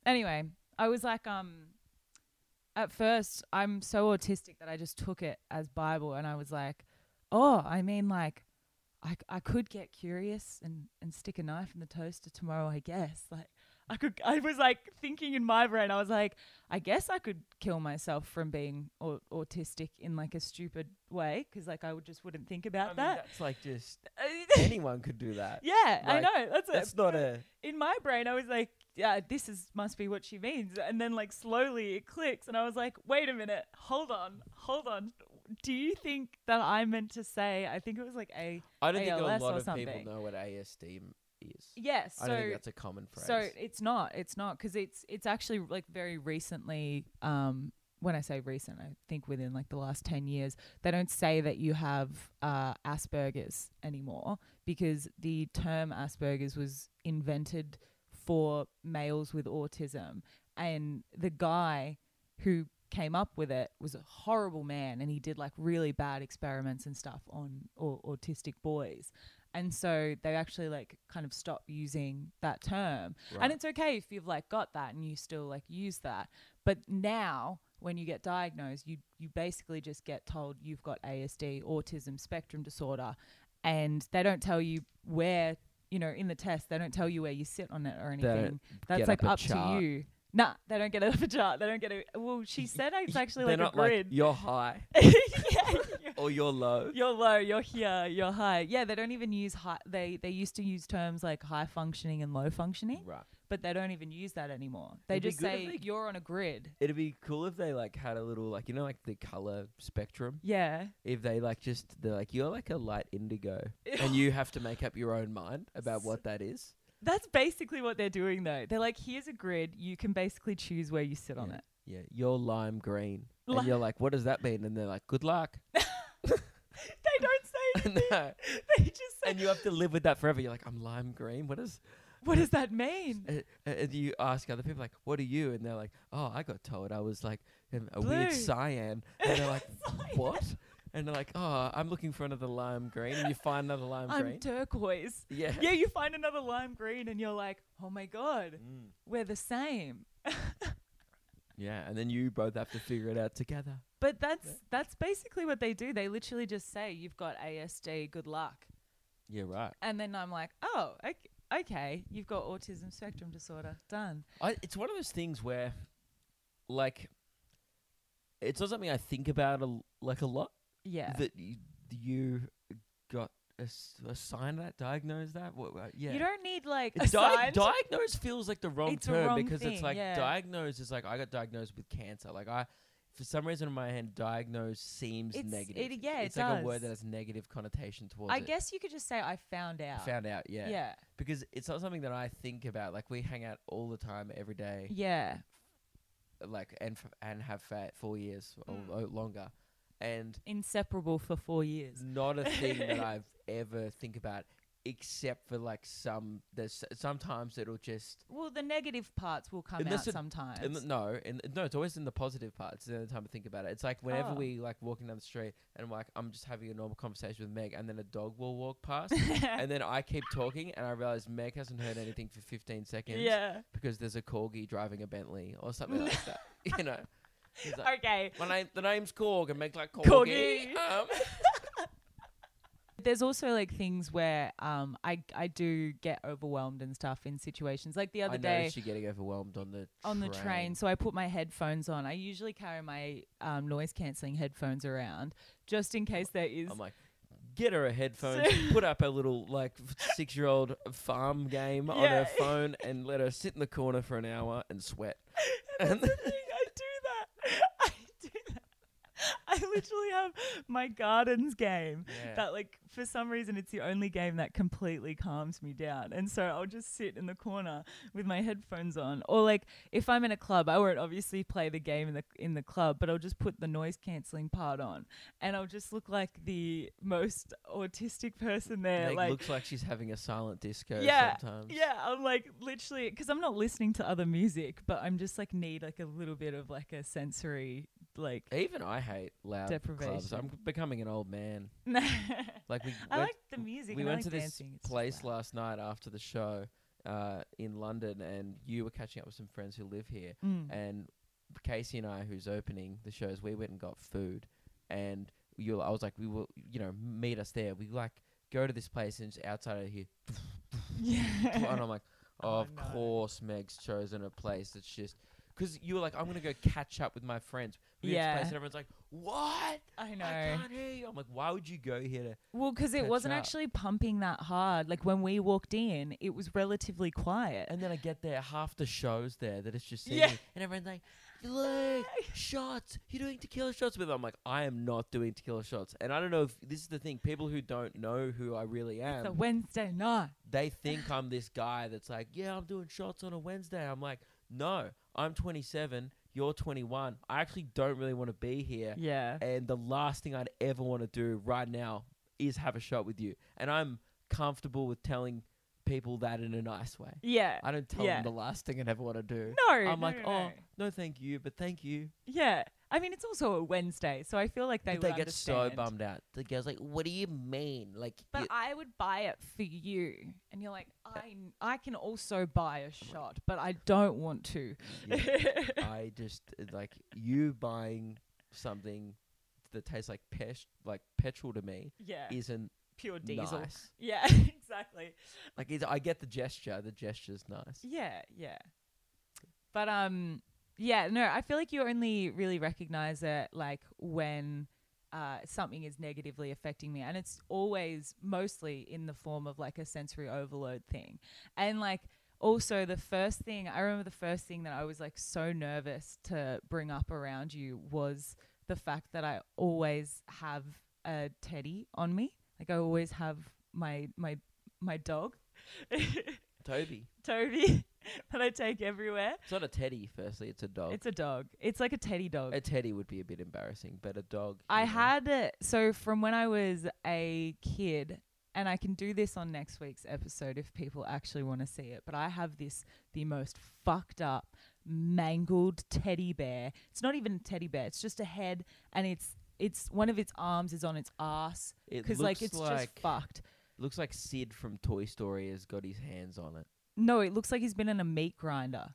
Speaker 2: Anyway, I was like, um, at first I'm so autistic that I just took it as Bible, and I was like, oh, I mean, like, I c- I could get curious and and stick a knife in the toaster tomorrow, I guess. Like, I could. I was like thinking in my brain. I was like, I guess I could kill myself from being au- autistic in like a stupid way because like I would just wouldn't think
Speaker 1: I
Speaker 2: about
Speaker 1: mean,
Speaker 2: that.
Speaker 1: that's like just anyone could do that.
Speaker 2: yeah, I
Speaker 1: like,
Speaker 2: know. That's,
Speaker 1: That's not
Speaker 2: but
Speaker 1: a.
Speaker 2: In my brain, I was like, yeah, this is must be what she means. And then like slowly it clicks, and I was like, wait a minute, hold on, hold on. Do you think that I meant to say? I think it was like a
Speaker 1: I don't
Speaker 2: ALS
Speaker 1: think a
Speaker 2: or
Speaker 1: lot of
Speaker 2: something.
Speaker 1: people know what ASD m- is.
Speaker 2: yes.
Speaker 1: I
Speaker 2: so
Speaker 1: don't think that's a common phrase.
Speaker 2: So it's not. It's not because it's it's actually like very recently. Um, when I say recent, I think within like the last ten years, they don't say that you have uh, Asperger's anymore because the term Asperger's was invented for males with autism, and the guy who came up with it was a horrible man, and he did like really bad experiments and stuff on au- autistic boys. And so they actually like kind of stopped using that term.
Speaker 1: Right.
Speaker 2: And it's okay if you've like got that and you still like use that. But now when you get diagnosed, you you basically just get told you've got ASD, autism spectrum disorder, and they don't tell you where, you know, in the test, they don't tell you where you sit on it or
Speaker 1: They don't
Speaker 2: anything.
Speaker 1: get
Speaker 2: That's like
Speaker 1: up a
Speaker 2: up
Speaker 1: chart.
Speaker 2: to you. Nah, they don't get it up a chart. They don't get it. Well, she said it's actually
Speaker 1: They're
Speaker 2: like a
Speaker 1: not like,
Speaker 2: grid.
Speaker 1: you're high
Speaker 2: Yeah.
Speaker 1: or you're low.
Speaker 2: You're low, you're here, you're high. Yeah, they don't even use high. They they used to use terms like high functioning and low functioning,
Speaker 1: Right.
Speaker 2: but they don't even use that anymore. They
Speaker 1: It'd be
Speaker 2: just
Speaker 1: good if
Speaker 2: say
Speaker 1: they-
Speaker 2: you're on a grid.
Speaker 1: It'd be cool if they like had a little like you know like the color spectrum.
Speaker 2: Yeah.
Speaker 1: If they like just they're like you're like a light indigo and you have to make up your own mind about what that is.
Speaker 2: That's basically what they're doing though. They're like, here's a grid. You can basically choose where you sit on
Speaker 1: Yeah.
Speaker 2: it.
Speaker 1: Yeah, you're lime green.
Speaker 2: Li-
Speaker 1: and you're like, what does that mean? And they're like, good luck.
Speaker 2: They don't say anything.
Speaker 1: No.
Speaker 2: They just say,
Speaker 1: and you have to live with that forever. You're like, I'm lime green. What is?
Speaker 2: what does that mean?
Speaker 1: Uh, uh, and you ask other people like, what are you? And they're like, oh, I got told I was like um, a weird
Speaker 2: Blue.
Speaker 1: cyan. And they're like,
Speaker 2: Cyan.
Speaker 1: what? And they're like, oh, I'm looking for another lime green. And you find another lime
Speaker 2: I'm
Speaker 1: green.
Speaker 2: turquoise.
Speaker 1: yeah.
Speaker 2: Yeah, you find another lime green and you're like, oh my God,
Speaker 1: Mm.
Speaker 2: we're the same.
Speaker 1: Yeah. And then you both have to figure it out together.
Speaker 2: But that's that's basically what they do. They literally just say you've got ASD, good luck.
Speaker 1: Yeah, right.
Speaker 2: And then I'm like, "Oh, ok- okay, you've got autism spectrum disorder. Done."
Speaker 1: I, it's one of those things where, like, it's not something I think about a, l- like a lot.
Speaker 2: Yeah.
Speaker 1: That you, you got a, s- a sign of that, diagnosed that. What, what- yeah.
Speaker 2: You don't need like a
Speaker 1: Di-
Speaker 2: sign.
Speaker 1: diagnose feels like the wrong
Speaker 2: It's a
Speaker 1: term
Speaker 2: wrong
Speaker 1: because it's
Speaker 2: thing,
Speaker 1: like
Speaker 2: yeah.
Speaker 1: diagnosed is like I got diagnosed with cancer. Like I, for some reason in my head, diagnosed seems
Speaker 2: It's-
Speaker 1: negative.
Speaker 2: it- yeah, it
Speaker 1: it's like a word
Speaker 2: does.
Speaker 1: that has negative connotation towards
Speaker 2: I
Speaker 1: it.
Speaker 2: guess you could just say I found out.
Speaker 1: Found out, yeah.
Speaker 2: Yeah.
Speaker 1: Because it's not something that I think about. Like we hang out all the time, every day,
Speaker 2: Yeah.
Speaker 1: like and f- and have fat four years or,
Speaker 2: Mm.
Speaker 1: or longer, and
Speaker 2: Inseparable for 4 years.
Speaker 1: it's not a thing that I've ever think about, except for like some. There's sometimes it'll just
Speaker 2: Well, the negative parts will come
Speaker 1: Unless
Speaker 2: out
Speaker 1: it-
Speaker 2: sometimes.
Speaker 1: And no, and no, it's always in the positive part. It's the only time I think about it. It's like whenever
Speaker 2: Oh.
Speaker 1: we like walking down the street and like I'm just having a normal conversation with Meg, and then a dog will walk past, and then I keep talking, and I realize Meg hasn't heard anything for 15 seconds
Speaker 2: yeah.
Speaker 1: because there's a corgi driving a Bentley or something like that. You know, He's like,
Speaker 2: Okay.
Speaker 1: my name, the name's Corg, and Meg's like corgi.
Speaker 2: Corgi.
Speaker 1: Um,
Speaker 2: There's also like things where um I I do get overwhelmed and stuff in situations. Like the other
Speaker 1: I
Speaker 2: day
Speaker 1: noticed you getting overwhelmed on the
Speaker 2: on the train, so I put my headphones on. I usually carry my um, noise cancelling headphones around just in case there is.
Speaker 1: I'm like. Get her a headphones, put up a little like six year old farm game on her
Speaker 2: Yeah.
Speaker 1: phone, and let her sit in the corner for an hour and sweat.
Speaker 2: That's the thing, I do that. I do that. I literally have my gardens game.
Speaker 1: Yeah.
Speaker 2: That like for some reason it's the only game that completely calms me down, and so I'll just sit in the corner with my headphones on, or like if I'm in a club, I won't obviously play the game in the in the club, but I'll just put the noise cancelling part on, and I'll just look like the most autistic person there.
Speaker 1: Meg
Speaker 2: like
Speaker 1: looks like she's having a silent disco
Speaker 2: Yeah,
Speaker 1: sometimes.
Speaker 2: yeah, I'm like literally because I'm not listening to other music, but I'm just like need like a little bit of like a sensory like.
Speaker 1: Even I hate loud clubs.
Speaker 2: Deprivation.
Speaker 1: I'm becoming an old man.
Speaker 2: I
Speaker 1: Like we went,
Speaker 2: like the music.
Speaker 1: we
Speaker 2: and I
Speaker 1: went
Speaker 2: like
Speaker 1: to this
Speaker 2: dancing. It's just
Speaker 1: place
Speaker 2: loud.
Speaker 1: last night after the show uh, in London, and you were catching up with some friends who live here,
Speaker 2: Mm.
Speaker 1: and Casey and I, who's opening the shows, we went and got food, and you, I was like, we will, you know, meet us there. We like go to this place and it's outside of here,
Speaker 2: Yeah.
Speaker 1: and I'm like,
Speaker 2: Oh,
Speaker 1: of
Speaker 2: no.
Speaker 1: course, Meg's chosen a place that's just because you were like, I'm gonna go catch up with my friends. We yeah.
Speaker 2: Yeah.
Speaker 1: Place and everyone's like, what?
Speaker 2: I
Speaker 1: I
Speaker 2: know.
Speaker 1: can't hear you. I'm like, why would you go here to?
Speaker 2: Well, because it
Speaker 1: Catch
Speaker 2: wasn't
Speaker 1: up.
Speaker 2: actually pumping that hard. Like when we walked in, it was relatively quiet.
Speaker 1: And then I get there, half the shows there that it's just singing,
Speaker 2: Yeah.
Speaker 1: and everyone's like, look, shots. You're doing tequila shots with. I'm like, I am not doing tequila shots. And I don't know if this is the thing. People who don't know who I really am,
Speaker 2: It's a Wednesday night.
Speaker 1: they think I'm this guy that's like, yeah, I'm doing shots on a Wednesday. I'm like, no, I'm 27. You're 21. I actually don't really want to be here.
Speaker 2: Yeah.
Speaker 1: And the last thing I'd ever want to do right now is have a shot with you. And I'm comfortable with telling people that in a nice way.
Speaker 2: Yeah.
Speaker 1: I don't tell
Speaker 2: Yeah.
Speaker 1: them the last thing I'd ever want to do.
Speaker 2: No.
Speaker 1: I'm
Speaker 2: no,
Speaker 1: like,
Speaker 2: no, no.
Speaker 1: oh, no, thank you, but thank you.
Speaker 2: Yeah. I mean, it's also a Wednesday, so I feel like they
Speaker 1: But
Speaker 2: would
Speaker 1: they get
Speaker 2: understand.
Speaker 1: so bummed out. The girl's like, what do you mean? Like,
Speaker 2: But
Speaker 1: you-
Speaker 2: I would buy it for you, and you're like, I, I can also buy a shot, but I don't want to.
Speaker 1: you- I just like you buying something that tastes like pes- like petrol to me
Speaker 2: yeah,
Speaker 1: isn't
Speaker 2: pure diesel.
Speaker 1: nice.
Speaker 2: Yeah, exactly.
Speaker 1: Like it's, I get the gesture, the gesture's nice.
Speaker 2: Yeah, yeah. But um, yeah, no, I feel like you only really recognize it like when uh, something is negatively affecting me, and it's always mostly in the form of like a sensory overload thing, and like. Also, the first thing I remember the first thing that I was like so nervous to bring up around you was the fact that I always have a teddy on me. Like I always have my my my dog.
Speaker 1: Toby,
Speaker 2: Toby that I take everywhere.
Speaker 1: it's not a teddy. Firstly, it's a dog.
Speaker 2: It's a dog. It's like a teddy dog.
Speaker 1: a teddy would be a bit embarrassing, but a dog.
Speaker 2: I
Speaker 1: you know.
Speaker 2: had it so from when I was a kid, and I can do this on next week's episode if people actually want to see it. But I have this the most fucked up, mangled teddy bear. It's not even a teddy bear. It's just a head, and it's it's one of its arms is on its ass
Speaker 1: It
Speaker 2: because like
Speaker 1: looks
Speaker 2: it's
Speaker 1: like-
Speaker 2: just fucked.
Speaker 1: Looks like Sid from Toy Story has got his hands on it.
Speaker 2: No, it looks like he's been in a meat grinder.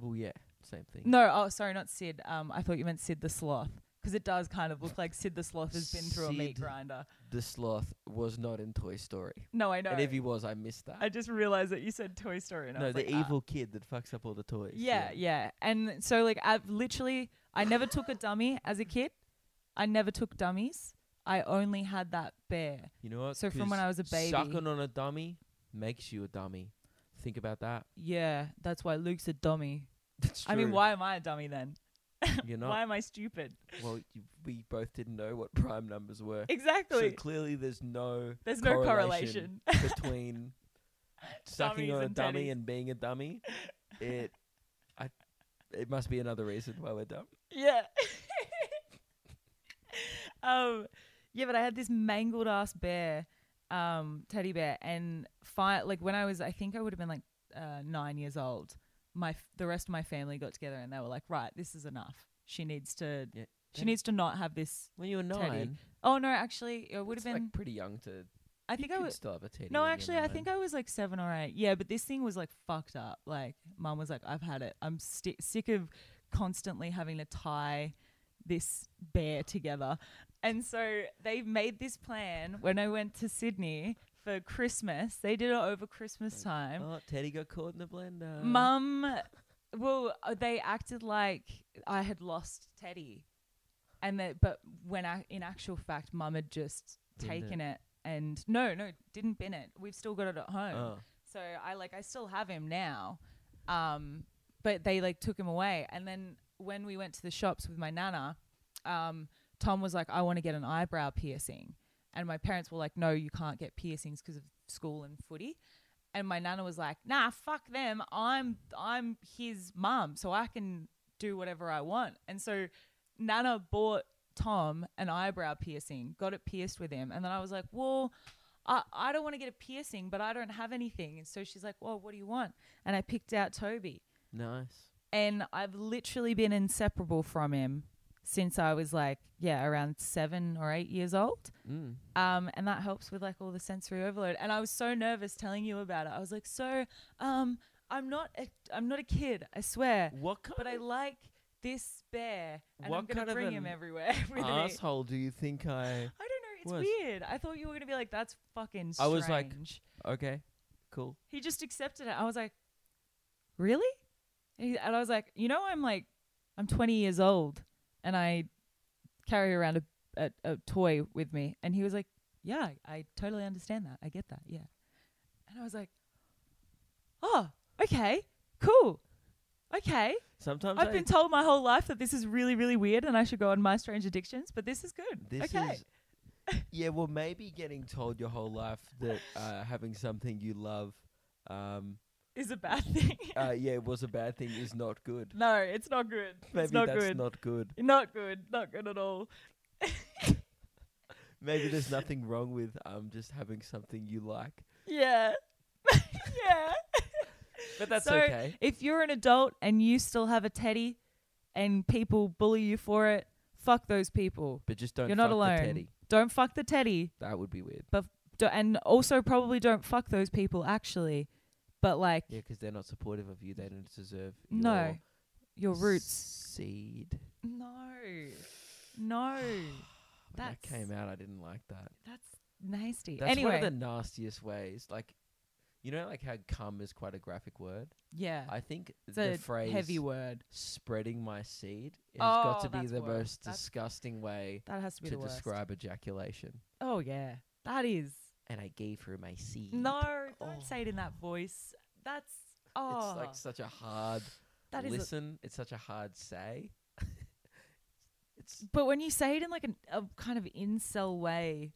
Speaker 1: Well, yeah, same thing.
Speaker 2: No, oh, sorry, not Sid. Um, I thought you meant Sid the Sloth. 'Cause it does kind of look like Sid the Sloth has been through a meat
Speaker 1: Sid.
Speaker 2: grinder.
Speaker 1: The sloth was not in Toy Story,
Speaker 2: No, I know.
Speaker 1: and if he was, I missed that.
Speaker 2: I just realized that you said Toy Story. And I
Speaker 1: no,
Speaker 2: was
Speaker 1: the
Speaker 2: like, ah.
Speaker 1: evil kid that fucks up all the toys.
Speaker 2: Yeah, yeah. And so, like, I've literally, I never took a dummy as a kid. I never took dummies. I only had that bear.
Speaker 1: You know what?
Speaker 2: So from
Speaker 1: 'Cause
Speaker 2: when I was a baby-
Speaker 1: sucking on a dummy makes you a dummy. Think about that.
Speaker 2: Yeah, that's why Luke's a dummy.
Speaker 1: That's
Speaker 2: I mean,
Speaker 1: true.
Speaker 2: why am I a dummy then?
Speaker 1: You're not.
Speaker 2: Why am I stupid?
Speaker 1: Well, you, we both didn't know what prime numbers were.
Speaker 2: Exactly.
Speaker 1: So clearly, there's no
Speaker 2: There's no
Speaker 1: correlation.
Speaker 2: correlation.
Speaker 1: between sucking
Speaker 2: Dummies
Speaker 1: on a
Speaker 2: and
Speaker 1: dummy
Speaker 2: teddies.
Speaker 1: and being a dummy. It, I, it must be another reason why we're dumb.
Speaker 2: Yeah. um, yeah, but I had this mangled ass bear, um, teddy bear, and fi- like when I was, I think I would have been like uh, nine years old. My f- the rest of my family got together and they were like, right, this is enough. She needs to.
Speaker 1: Yeah,
Speaker 2: She
Speaker 1: thank-
Speaker 2: needs to not have this.
Speaker 1: When you were nine,
Speaker 2: Teddy. Oh no, actually, it would have
Speaker 1: it's,
Speaker 2: been.
Speaker 1: like pretty young to.
Speaker 2: I think
Speaker 1: you
Speaker 2: I
Speaker 1: could
Speaker 2: was.
Speaker 1: still have a teddy.
Speaker 2: No,
Speaker 1: when you're
Speaker 2: actually, I
Speaker 1: nine.
Speaker 2: think I was like seven or eight. Yeah, but this thing was like fucked up. Like, mum was like, I've had it. I'm sti sick of constantly having to tie this bear together. And so they made this plan when I went to Sydney for Christmas. They did it over Christmas time.
Speaker 1: Oh, Teddy got caught in the blender.
Speaker 2: Mum, well, uh, they acted like I had lost Teddy, and that, but when I, in actual fact, Mum had just
Speaker 1: Binned it.
Speaker 2: taken it. And no, no, didn't bin it. We've still got it at home.
Speaker 1: Oh.
Speaker 2: So I like I still have him now, um, but they like took him away. And then when we went to the shops with my nana, um, Tom was like, "I want to get an eyebrow piercing," and my parents were like, "No, you can't get piercings because of school and footy." And my nana was like, "Nah, fuck them. I'm I'm his mum, so I can do whatever I want." And so Nana bought Tom an eyebrow piercing, got it pierced with him, and then I was like, "Well." I, I don't want to get a piercing, but I don't have anything. And so she's like, Well, what do you want? And I picked out Toby.
Speaker 1: Nice.
Speaker 2: And I've literally been inseparable from him since I was like, yeah, around seven or eight years old.
Speaker 1: Mm.
Speaker 2: Um, and that helps with like all the sensory overload. And I was so nervous telling you about it. I was like, So, um, I'm not a, I'm not a kid, I swear.
Speaker 1: What kind
Speaker 2: But I
Speaker 1: of
Speaker 2: like this bear and I'm
Speaker 1: What
Speaker 2: gonna
Speaker 1: kind of
Speaker 2: bring him
Speaker 1: an
Speaker 2: everywhere with me.
Speaker 1: asshole do you think I?
Speaker 2: I don't know, it's
Speaker 1: was?
Speaker 2: weird. I thought you were gonna be like, That's fucking strange.
Speaker 1: I was like, Okay, cool.
Speaker 2: He just accepted it. I was like, really? And he- and I was like, you know, I'm like, I'm 20 years old and I carry around a, a, a toy with me. And he was like, yeah, I, I totally understand that. I get that. Yeah. And I was like, oh, okay, cool. Okay.
Speaker 1: Sometimes
Speaker 2: I've
Speaker 1: I-
Speaker 2: been told my whole life that this is really, really weird and I should go on My Strange Addictions, but this is good.
Speaker 1: This
Speaker 2: okay.
Speaker 1: is yeah. Well, maybe getting told your whole life that uh, having something you love, um,
Speaker 2: is a bad thing.
Speaker 1: uh, yeah, was a bad thing is not good.
Speaker 2: no, it's not good.
Speaker 1: Maybe
Speaker 2: it's not
Speaker 1: that's
Speaker 2: good.
Speaker 1: not good.
Speaker 2: not good. Not good at all.
Speaker 1: Maybe there's nothing wrong with um just having something you like,
Speaker 2: Yeah. yeah.
Speaker 1: but that's
Speaker 2: So-
Speaker 1: okay.
Speaker 2: If you're an adult and you still have a teddy and people bully you for it, fuck those people.
Speaker 1: But just don't.
Speaker 2: You're not
Speaker 1: fuck
Speaker 2: alone.
Speaker 1: The teddy.
Speaker 2: Don't fuck the teddy.
Speaker 1: That would be weird.
Speaker 2: Do- and also probably don't fuck those people actually. But like
Speaker 1: Yeah, because they're not supportive of you. They don't deserve
Speaker 2: no. Your
Speaker 1: your
Speaker 2: roots.
Speaker 1: seed. Oh,
Speaker 2: No. No.
Speaker 1: When that
Speaker 2: That's-
Speaker 1: came out. I didn't like that.
Speaker 2: That's nasty.
Speaker 1: That's
Speaker 2: anyway.
Speaker 1: one of the nastiest ways. Like, you know, like how "cum" is quite a graphic word.
Speaker 2: yeah.
Speaker 1: I think
Speaker 2: it's
Speaker 1: the
Speaker 2: a
Speaker 1: phrase
Speaker 2: heavy word.
Speaker 1: "spreading my seed" has got
Speaker 2: Oh,
Speaker 1: to be
Speaker 2: that's
Speaker 1: the
Speaker 2: worse.
Speaker 1: most
Speaker 2: That's-
Speaker 1: disgusting way
Speaker 2: That has to be
Speaker 1: to
Speaker 2: the worst.
Speaker 1: describe ejaculation.
Speaker 2: Oh yeah. That is
Speaker 1: And I gave her my seed.
Speaker 2: No, don't
Speaker 1: Oh.
Speaker 2: say it in that voice. That's oh,
Speaker 1: it's like such a hard
Speaker 2: that is. a-
Speaker 1: listen. it's such a hard say. it's
Speaker 2: but when you say it in like an, a kind of incel way,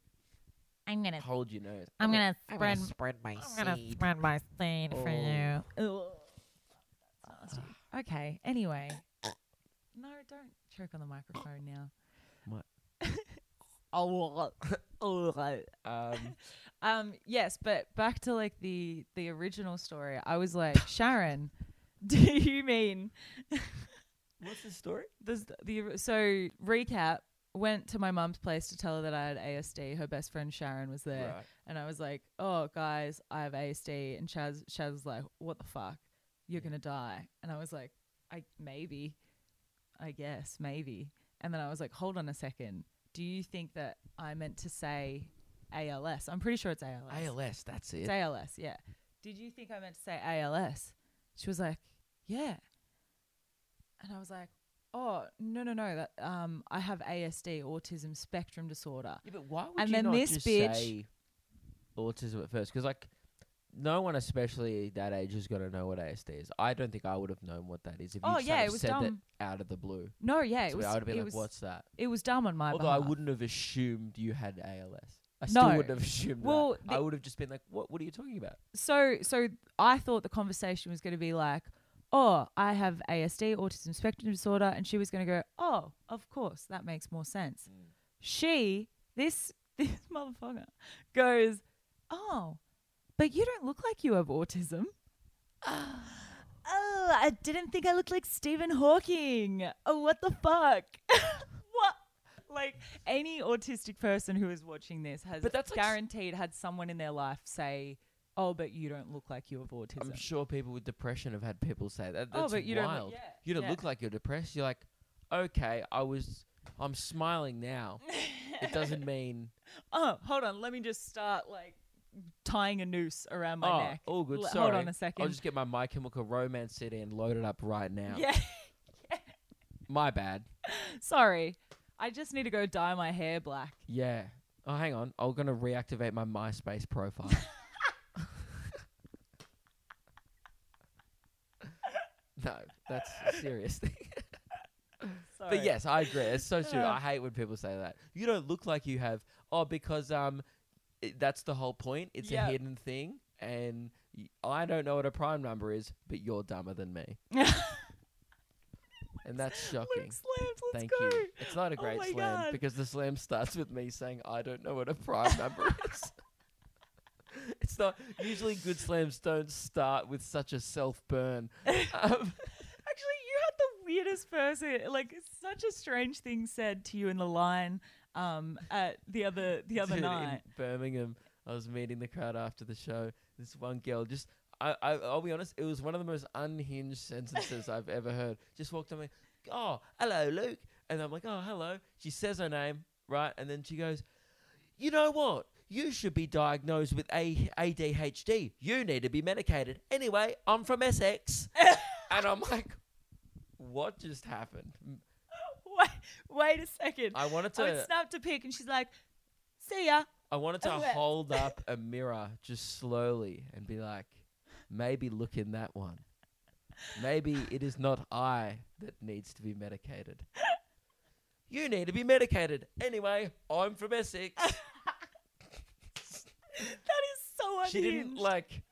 Speaker 3: I'm gonna,
Speaker 1: hold your nose.
Speaker 3: I'm gonna
Speaker 4: I'm
Speaker 3: spread,
Speaker 4: gonna spread my
Speaker 3: I'm gonna
Speaker 4: seed. Oh.
Speaker 3: spread my seed for you.
Speaker 2: okay. Anyway, no, don't choke on the microphone now.
Speaker 1: What?
Speaker 2: Oh,
Speaker 1: Um,
Speaker 2: um, yes, but back to like the the original story. I was like, Sharon, do you mean
Speaker 1: what's the story?
Speaker 2: There's th- the so recap went to my mum's place to tell her that I had ASD. Her best friend Sharon was there,
Speaker 1: Right.
Speaker 2: and I was like, "Oh, guys, I have ASD." And Chaz Chaz was like, "What the fuck? You're gonna die." And I was like, "I maybe, I guess maybe." And then I was like, "Hold on a second. Do you think that I meant to say ALS? I'm pretty sure it's ALS.
Speaker 1: ALS. That's it.
Speaker 2: It's ALS, yeah. Did you think I meant to say ALS? She was like, yeah. And I was like, oh, no, no, no. That, um, I have ASD, autism spectrum disorder.
Speaker 1: Yeah, but why would
Speaker 2: And
Speaker 1: you
Speaker 2: then
Speaker 1: not
Speaker 2: this
Speaker 1: just
Speaker 2: bitch-
Speaker 1: say autism at first? Because like, no one, especially that age, is gonna know what ASD is. I don't think I would have known what that is if you
Speaker 2: Oh,
Speaker 1: just
Speaker 2: yeah,
Speaker 1: had
Speaker 2: it was
Speaker 1: said
Speaker 2: dumb.
Speaker 1: that out of the blue.
Speaker 2: No, yeah, it
Speaker 1: So
Speaker 2: was.
Speaker 1: I would have been
Speaker 2: it
Speaker 1: like,
Speaker 2: was,
Speaker 1: "What's that?"
Speaker 2: It was dumb on my
Speaker 1: Although I
Speaker 2: behalf.
Speaker 1: wouldn't have assumed you had ALS. I still
Speaker 2: No.
Speaker 1: wouldn't have assumed
Speaker 2: Well,
Speaker 1: that. I
Speaker 2: the-
Speaker 1: would have just been like, "What? What are you talking about?"
Speaker 2: So, so I thought the conversation was going to be like, oh, I have ASD, autism spectrum disorder, and she was going to go, oh, of course, that makes more sense. she this this motherfucker goes oh but you don't look like you have autism oh i didn't think i looked like stephen hawking oh what the fuck what like any autistic person who is watching this has
Speaker 1: But that's like s-
Speaker 2: guaranteed had someone in their life say oh but you don't look like you have autism
Speaker 1: I'm sure people with depression have had people say that. That's
Speaker 2: oh but you
Speaker 1: wild.
Speaker 2: don't look, yeah,
Speaker 1: You don't
Speaker 2: yeah.
Speaker 1: look like you're depressed. You're like, "Okay, I was. I'm smiling now. it doesn't mean
Speaker 2: oh hold on let me just start like tying a noose around my
Speaker 1: oh,
Speaker 2: neck
Speaker 1: all good.
Speaker 2: L-
Speaker 1: Sorry.
Speaker 2: hold on a second
Speaker 1: I'll just get my My Chemical Romance CD and load it up right now.
Speaker 2: yeah
Speaker 1: My bad.
Speaker 2: Sorry. I just need to go dye my hair black.
Speaker 1: Yeah. Oh, hang on. I'm going to reactivate my MySpace profile. no, that's a serious thing.
Speaker 2: Sorry.
Speaker 1: But yes, I agree. It's so true. I
Speaker 2: Uh.
Speaker 1: hate when people say that. You don't look like you have. Oh, because um, i that's the whole point. It's
Speaker 2: Yep.
Speaker 1: a hidden thing, and y- I don't know what a prime number is, but you're dumber than me, and that's
Speaker 2: Luke
Speaker 1: shocking.
Speaker 2: slams, let's
Speaker 1: Thank
Speaker 2: go.
Speaker 1: you. It's not a
Speaker 2: Oh
Speaker 1: great
Speaker 2: my
Speaker 1: slam
Speaker 2: God.
Speaker 1: because the slam starts with me saying I don't know what a prime number is. It's not usually good slams don't start with such a self burn. Um,
Speaker 2: Actually, you had the weirdest person, like such a strange thing said to you in the line um at the other the other
Speaker 1: dude,
Speaker 2: night.
Speaker 1: in Birmingham, I was meeting the crowd after the show. This one girl just. I, I, I'll be honest, it was one of the most unhinged sentences I've ever heard. Just walked on me, oh, hello, Luke. And I'm like, oh, hello. She says her name, right? And then she goes, you know what? You should be diagnosed with A- ADHD. You need to be medicated. Anyway, I'm from Essex. and I'm like, what just happened?
Speaker 2: wait, wait a second.
Speaker 1: I
Speaker 2: I,
Speaker 1: wanted to.
Speaker 2: would snap to pick, and she's like, "See ya."
Speaker 1: I wanted to
Speaker 2: I wept.
Speaker 1: hold up a mirror just slowly and be like, maybe look in that one. Maybe it is not I that needs to be medicated. You need to be medicated. Anyway, I'm from Essex.
Speaker 2: That is so unhinged.
Speaker 1: she didn't like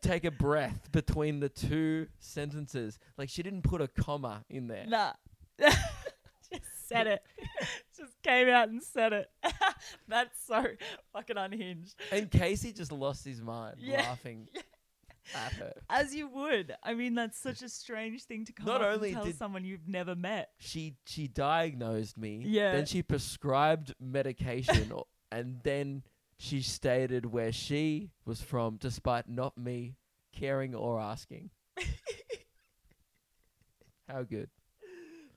Speaker 1: take a breath between the two sentences. Like she didn't put a comma in there.
Speaker 2: Nah. Just said it. Just came out and said it. That's so fucking unhinged.
Speaker 1: And Casey just lost his mind
Speaker 2: Yeah.
Speaker 1: laughing at her.
Speaker 2: As you would. I mean, that's such a strange thing to come
Speaker 1: Not
Speaker 2: up and
Speaker 1: only
Speaker 2: tell
Speaker 1: did-
Speaker 2: someone you've never met.
Speaker 1: she she diagnosed me.
Speaker 2: Yeah.
Speaker 1: Then she prescribed medication, or- and then she stated where she was from, despite not me caring or asking. How good.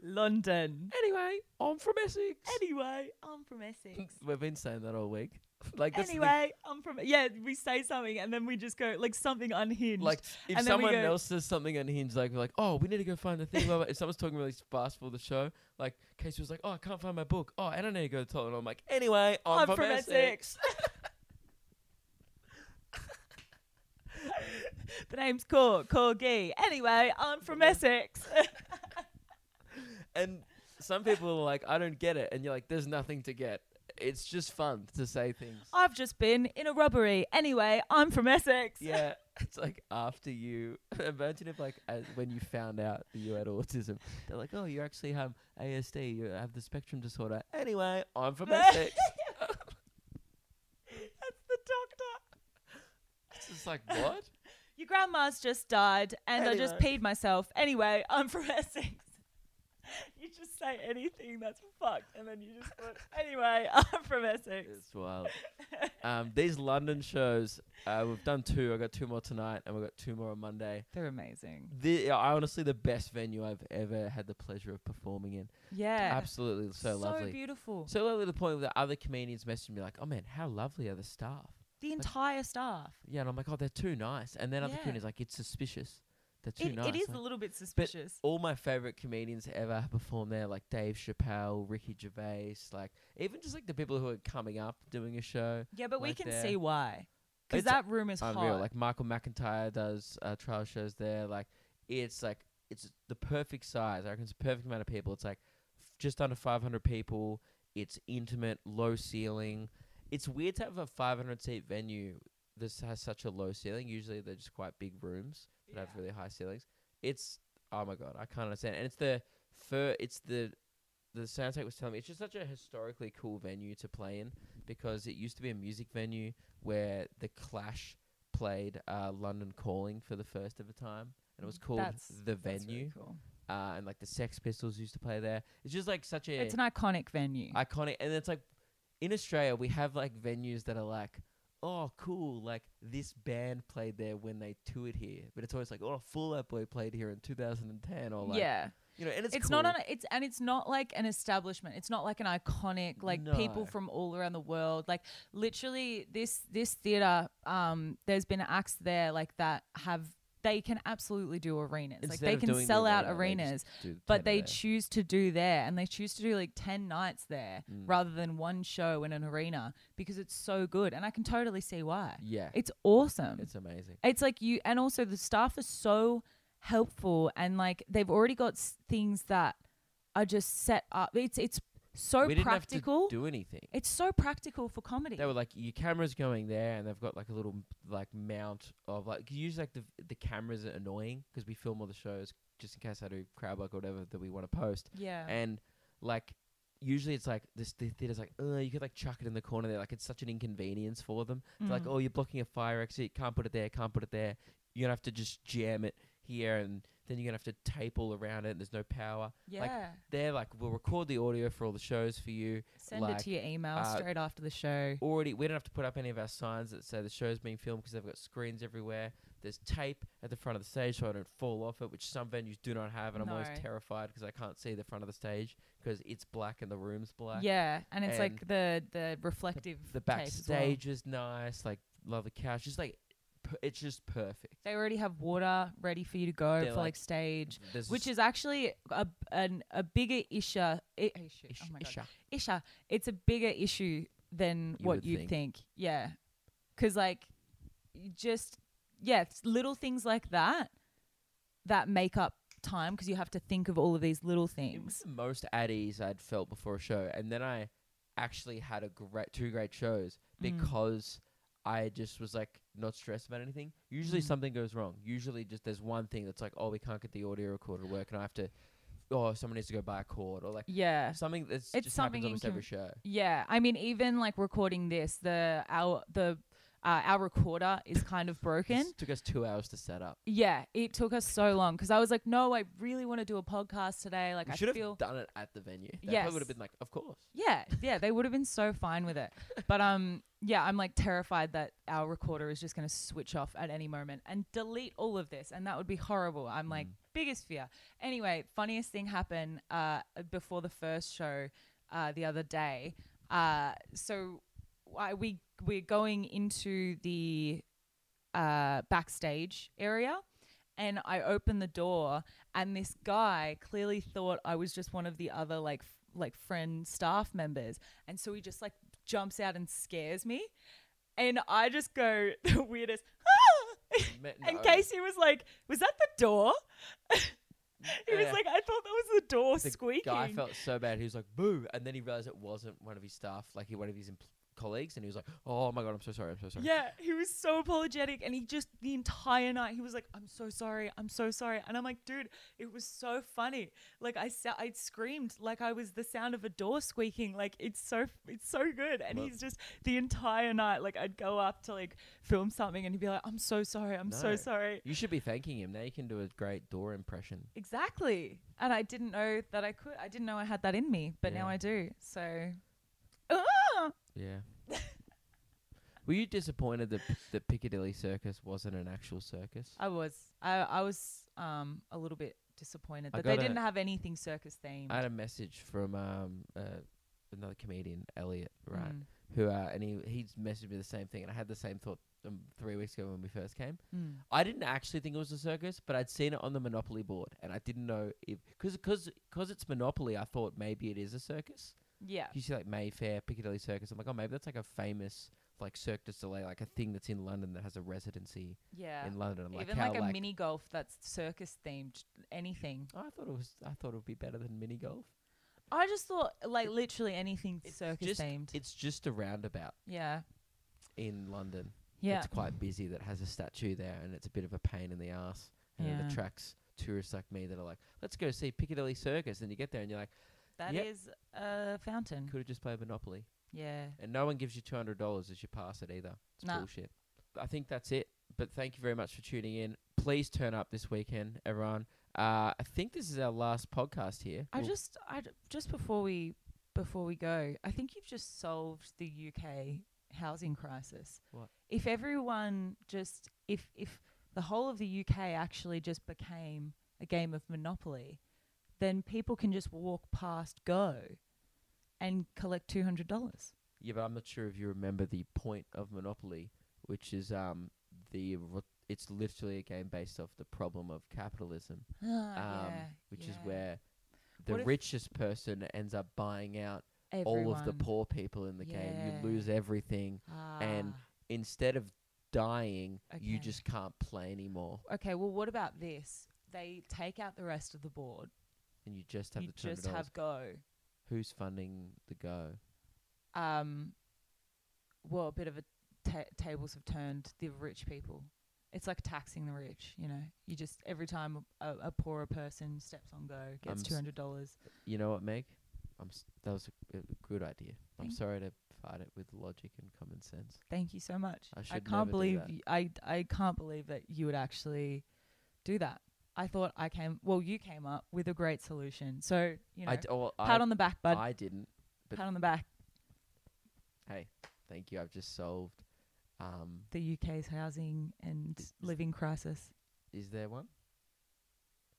Speaker 2: London.
Speaker 1: Anyway, I'm from Essex.
Speaker 2: Anyway, I'm from Essex.
Speaker 1: We've been saying that all week. like that's the thing,
Speaker 2: anyway, I'm from yeah. We say something and then we just go like something unhinged.
Speaker 1: Like if
Speaker 2: and then we
Speaker 1: someone
Speaker 2: go-
Speaker 1: else says something unhinged, like we're like, oh, we need to go find the thing. blah, blah. if someone's talking really fast for the show, like Casey was like, oh, I can't find my book. Oh, and I need to go to the toilet. And I'm like, anyway, I'm,
Speaker 2: I'm
Speaker 1: from,
Speaker 2: from
Speaker 1: Essex.
Speaker 2: the name's Cor Corgi. Anyway, I'm from Essex.
Speaker 1: And some people are like, I don't get it. And you're like, there's nothing to get. It's just fun to say things.
Speaker 2: I've just been in a robbery. Anyway, I'm from Essex.
Speaker 1: yeah. It's like after you imagine if like as, when you found out that you had autism, they're like, oh, you actually have ASD. You have the spectrum disorder. Anyway, I'm from Essex.
Speaker 2: That's the doctor.
Speaker 1: it's just like what?
Speaker 2: Your grandma's just died and I just
Speaker 1: Anyway.
Speaker 2: peed myself. Anyway, I'm from Essex. You just say anything that's fucked and then you just put, anyway, I'm from Essex.
Speaker 1: It's wild. Um, these London shows, uh, we've done two. I got two more tonight, and we got two more on Monday.
Speaker 2: They're amazing.
Speaker 1: The honestly the best venue I've ever had the pleasure of performing in.
Speaker 2: Yeah.
Speaker 1: Absolutely, so, lovely.
Speaker 2: beautiful.
Speaker 1: So lovely to the point where other comedians messaged me like, "Oh man, how lovely are the staff?"
Speaker 2: the entire staff.
Speaker 1: Yeah, and I'm like, "Oh, they're too nice." And then other
Speaker 2: Yeah.
Speaker 1: comedians like, "It's suspicious. They're too
Speaker 2: It,
Speaker 1: nice."
Speaker 2: it is
Speaker 1: Like,
Speaker 2: a little bit suspicious.
Speaker 1: all my favorite comedians ever have performed there, like Dave Chappelle, Ricky Gervais, like even just like the people who are coming up doing a show.
Speaker 2: yeah, but we
Speaker 1: like
Speaker 2: can
Speaker 1: there.
Speaker 2: see why. Because
Speaker 1: It's
Speaker 2: that room is
Speaker 1: unreal.
Speaker 2: hot.
Speaker 1: Like Michael McIntyre does uh, trial shows there. Like it's like it's the perfect size. I reckon it's the perfect amount of people. It's like f- just under 500 people. It's intimate, low ceiling. It's weird to have a 500 seat venue. This has such a low ceiling. Usually they're just quite big rooms that have really high ceilings. It's oh my god, I can't understand. And it's the fur. It's the the soundtrack was telling me it's just such a historically cool venue to play in because it used to be a music venue where the Clash played uh, London Calling for the first ever time, and it was called
Speaker 2: That's-
Speaker 1: the
Speaker 2: That's really
Speaker 1: venue.
Speaker 2: cool.
Speaker 1: uh, and like the Sex Pistols used to play there. It's just like such a
Speaker 2: It's an iconic venue.
Speaker 1: iconic, and it's like in Australia we have like venues that are like. Oh, cool! Like this band played there when they toured here, but it's always like, oh, Full Out Boy played here in 2010, or like,
Speaker 2: yeah.
Speaker 1: you know, and it's
Speaker 2: it's
Speaker 1: cool.
Speaker 2: not an it's and it's not like an establishment it's not like an iconic like
Speaker 1: No.
Speaker 2: people from all around the world like literally this this theater um there's been acts there like that have they can absolutely do arenas
Speaker 1: Instead
Speaker 2: like
Speaker 1: of
Speaker 2: they can
Speaker 1: doing the
Speaker 2: sell out
Speaker 1: arena, they
Speaker 2: arenas
Speaker 1: just do the
Speaker 2: but
Speaker 1: tenor
Speaker 2: they
Speaker 1: there.
Speaker 2: choose to do there and they choose to do like 10 nights there
Speaker 1: Mm.
Speaker 2: rather than one show in an arena because it's so good and i can totally see why
Speaker 1: yeah,
Speaker 2: it's awesome
Speaker 1: it's amazing.
Speaker 2: it's like you, and also the staff are so helpful, and like they've already got s- things that are just set up. It's it's so
Speaker 1: we didn't
Speaker 2: practical.
Speaker 1: have to do anything.
Speaker 2: it's so practical for comedy.
Speaker 1: They were like, your camera's going there, and they've got like a little like mount of like 'cause usually like the the cameras are annoying because we film all the shows just in case I do crowd work or whatever that we want to post,
Speaker 2: yeah,
Speaker 1: and like usually it's like this the theater's like, oh, you could like chuck it in the corner there, like it's such an inconvenience for them. It's like,
Speaker 2: Mm.
Speaker 1: oh, you're blocking a fire exit, can't put it there, can't put it there. You're gonna have to just jam it here, and then you're gonna have to tape all around it. And there's no power.
Speaker 2: yeah.
Speaker 1: They're like, we'll record the audio for all the shows for you.
Speaker 2: Send it
Speaker 1: like,
Speaker 2: to your email
Speaker 1: uh,
Speaker 2: straight after the show.
Speaker 1: already we don't have to put up any of our signs that say the show's being filmed because they've got screens everywhere. There's tape at the front of the stage so I don't fall off it, which some venues do not have, and I'm
Speaker 2: No.
Speaker 1: always terrified because I can't see the front of the stage because it's black and the room's black.
Speaker 2: Yeah, and it's like
Speaker 1: And
Speaker 2: the the reflective
Speaker 1: The
Speaker 2: tape as well.
Speaker 1: backstage is nice. Like love the couch. Just like per- it's just perfect.
Speaker 2: They already have water ready for you to go
Speaker 1: They're
Speaker 2: for like,
Speaker 1: like-
Speaker 2: stage,
Speaker 1: There's
Speaker 2: which
Speaker 1: just-
Speaker 2: is actually a an, a bigger issue. I, issue.
Speaker 1: Ish-
Speaker 2: oh my god,
Speaker 1: isha.
Speaker 2: Isha, it's a bigger issue than
Speaker 1: You
Speaker 2: what
Speaker 1: would
Speaker 2: you think.
Speaker 1: think.
Speaker 2: Yeah. Cuz like you just yeah, it's little things like that that make up time cuz you have to think of all of these little
Speaker 1: It was
Speaker 2: things.
Speaker 1: the most at ease I'd felt before a show, and then I actually had a great two great shows
Speaker 2: Mm.
Speaker 1: because I just was like not stressed about anything. Usually
Speaker 2: Mm.
Speaker 1: something goes wrong. Usually just there's one thing that's like, oh, we can't get the audio recorder to work, and I have to, oh, someone needs to go buy a cord or like
Speaker 2: Yeah.
Speaker 1: something that's
Speaker 2: It's
Speaker 1: just
Speaker 2: something
Speaker 1: happens almost
Speaker 2: incon-
Speaker 1: every show.
Speaker 2: Yeah, I mean even like recording this, the our the uh, our recorder is kind of broken.
Speaker 1: It took us two hours to set up.
Speaker 2: Yeah, it took us so long because I was like, no, I really want to do a podcast today. Like,
Speaker 1: we
Speaker 2: I
Speaker 1: should have
Speaker 2: feel
Speaker 1: done it at the venue. They
Speaker 2: Yes.
Speaker 1: probably would have been like, of course.
Speaker 2: Yeah, yeah, they would have been so fine with it. But um yeah, I'm like terrified that our recorder is just going to switch off at any moment and delete all of this and that would be horrible. I'm like biggest fear. Anyway, funniest thing happened uh before the first show uh the other day. Uh so I, we we're going into the uh backstage area and I opened the door and this guy clearly thought I was just one of the other like f- like friend staff members and so he just like jumps out and scares me and I just go the weirdest ah!
Speaker 1: Me-
Speaker 2: and
Speaker 1: no.
Speaker 2: Casey was like was that the door he was
Speaker 1: Yeah.
Speaker 2: like I thought that was the door
Speaker 1: the
Speaker 2: squeaking
Speaker 1: guy felt so bad. He was like, "Boo!" And then he realized it wasn't one of his staff, like he one of his empl- colleagues, and he was like, "Oh my god, I'm so sorry, I'm so sorry."
Speaker 2: Yeah, he was so apologetic, and he just the entire night he was like, "I'm so sorry, I'm so sorry," and I'm like, "Dude, it was so funny. Like I sa- I screamed like I was the sound of a door squeaking. Like it's so it's so good." And
Speaker 1: Well-
Speaker 2: he's just the entire night like I'd go up to like film something, and he'd be like, "I'm so sorry, I'm so
Speaker 1: No.
Speaker 2: sorry."
Speaker 1: You should be thanking him. Now you can do a great door impression.
Speaker 2: Exactly. And I didn't know that I could. I didn't know I had that in me, but now
Speaker 1: Yeah.
Speaker 2: I do. So. Ah!
Speaker 1: Yeah. Were you disappointed that p- the Piccadilly Circus wasn't an actual circus?
Speaker 2: I was. I, I was um a little bit disappointed
Speaker 1: I
Speaker 2: that they
Speaker 1: got a-
Speaker 2: didn't have anything circus themed.
Speaker 1: I had a message from um uh, another comedian, Elliot, right?
Speaker 2: Mm,
Speaker 1: Who uh, and he he's messaged me the same thing, and I had the same thought um, three weeks ago when we first came.
Speaker 2: mm.
Speaker 1: I didn't actually think it was a circus, but I'd seen it on the Monopoly board, and I didn't know if because because because it's Monopoly, I thought maybe it is a circus.
Speaker 2: Yeah.
Speaker 1: You see like Mayfair, Piccadilly Circus. I'm like, oh, maybe that's like a famous like Cirque du Soleil, like a thing that's in London that has a residency
Speaker 2: Yeah.
Speaker 1: in London. Like
Speaker 2: Even
Speaker 1: how
Speaker 2: like
Speaker 1: like,
Speaker 2: a mini golf that's circus themed, anything.
Speaker 1: Oh, I thought it was. I thought it would be better than mini golf.
Speaker 2: I just thought like literally anything circus
Speaker 1: just-
Speaker 2: themed.
Speaker 1: It's just a roundabout
Speaker 2: Yeah.
Speaker 1: in London.
Speaker 2: Yeah.
Speaker 1: It's quite busy that has a statue there, and it's a bit of a pain in the ass, and it
Speaker 2: Yeah.
Speaker 1: attracts tourists like me that are like, let's go see Piccadilly Circus, and you get there and you're like,
Speaker 2: That
Speaker 1: yep.
Speaker 2: is a fountain.
Speaker 1: could have just played Monopoly.
Speaker 2: Yeah.
Speaker 1: And no one gives you two hundred dollars as you pass it either. It's
Speaker 2: Nah.
Speaker 1: bullshit. I think that's it. But thank you very much for tuning in. Please turn up this weekend, everyone. Uh, I think this is our last podcast here.
Speaker 2: I
Speaker 1: We'll-
Speaker 2: just I d- just before we before we go, I think you've just solved the UK housing crisis.
Speaker 1: What?
Speaker 2: If everyone just if if the whole of the UK actually just became a game of Monopoly, then people can just walk past Go and collect two hundred dollars.
Speaker 1: yeah, but I'm not sure if you remember the point of Monopoly, which is um the r it's literally a game based off the problem of capitalism,
Speaker 2: Ah,
Speaker 1: um, which is where the
Speaker 2: Oh, What if-
Speaker 1: richest person ends up buying out all of the poor people in the game.
Speaker 2: Yeah.
Speaker 1: You lose everything.
Speaker 2: Ah,
Speaker 1: and instead of dying, you
Speaker 2: Okay.
Speaker 1: just can't play anymore,
Speaker 2: okay, well what about this? They take out the rest of the board.
Speaker 1: and you just have
Speaker 2: you
Speaker 1: the two hundred
Speaker 2: just
Speaker 1: dollars.
Speaker 2: have Go.
Speaker 1: Who's funding the go?
Speaker 2: um, well, a bit of a ta- tables have turned the rich people. It's like taxing the rich, you know. You just every time a, a poorer person steps on go
Speaker 1: I'm
Speaker 2: gets
Speaker 1: s-
Speaker 2: two hundred dollars.
Speaker 1: You know what, Meg? I'm s- that was a, a good idea. I'm
Speaker 2: Thank-
Speaker 1: sorry to fight it with logic and common sense.
Speaker 2: Thank you so much.
Speaker 1: I
Speaker 2: I
Speaker 1: should never
Speaker 2: can't
Speaker 1: do
Speaker 2: believe
Speaker 1: that.
Speaker 2: y- I I can't believe that you would actually do that. I thought I came well, you came up with a great solution. So you know,
Speaker 1: I d- oh, I,
Speaker 2: pat on the back, bud.
Speaker 1: I didn't. but-
Speaker 2: pat on the back.
Speaker 1: Thank you. I've just solved Um,
Speaker 2: the UK's housing and
Speaker 1: Is-
Speaker 2: living crisis.
Speaker 1: is there one?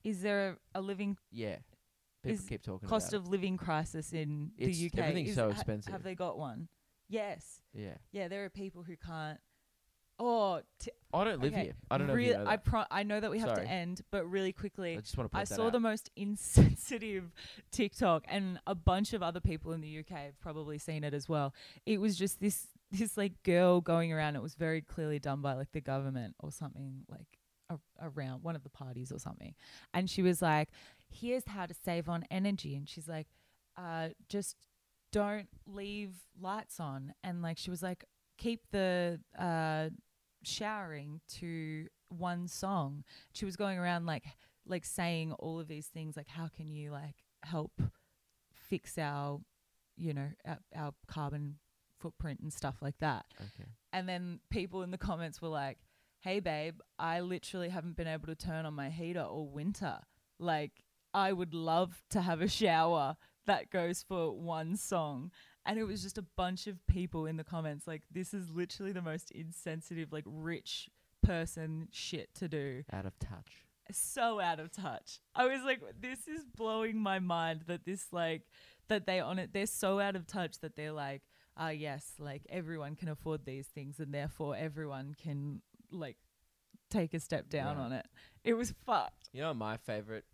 Speaker 2: Is there a, a living
Speaker 1: Yeah. People
Speaker 2: Is
Speaker 1: keep talking
Speaker 2: cost
Speaker 1: about
Speaker 2: of living crisis in
Speaker 1: It's-
Speaker 2: the UK?
Speaker 1: everything's so
Speaker 2: ha-
Speaker 1: expensive.
Speaker 2: have they got one? Yes.
Speaker 1: it. Yeah.
Speaker 2: Yeah, there are people who can't. Oh, t-
Speaker 1: I don't live
Speaker 2: okay,
Speaker 1: here. I don't know.
Speaker 2: Really,
Speaker 1: if you know
Speaker 2: I
Speaker 1: that.
Speaker 2: pro- I know that we have
Speaker 1: Sorry.
Speaker 2: to end, but really quickly,
Speaker 1: I, just want to point
Speaker 2: I
Speaker 1: that
Speaker 2: saw
Speaker 1: out.
Speaker 2: the most insensitive TikTok, and a bunch of other people in the UK have probably seen it as well. It was just this this like girl going around. It was very clearly done by like the government or something like a, around one of the parties or something. And she was like, "Here's how to save on energy," and she's like, uh, "Just don't leave lights on." And like she was like, "Keep the uh, showering to one song." She was going around like like saying all of these things like how can you like help fix our you know our, our carbon footprint and stuff like that
Speaker 1: Okay.
Speaker 2: and then people in the comments were like hey babe i literally haven't been able to turn on my heater all winter like i would love to have a shower that goes for one song and it was just a bunch of people in the comments like this is literally the most insensitive like rich person shit to do
Speaker 1: Out of touch.
Speaker 2: so out of touch. I was like, this is blowing my mind that this like that they on it they're so out of touch that they're like, ah yes, like everyone can afford these things and therefore everyone can like take a step down
Speaker 1: Right.
Speaker 2: on it. It was fucked.
Speaker 1: You know what my favorite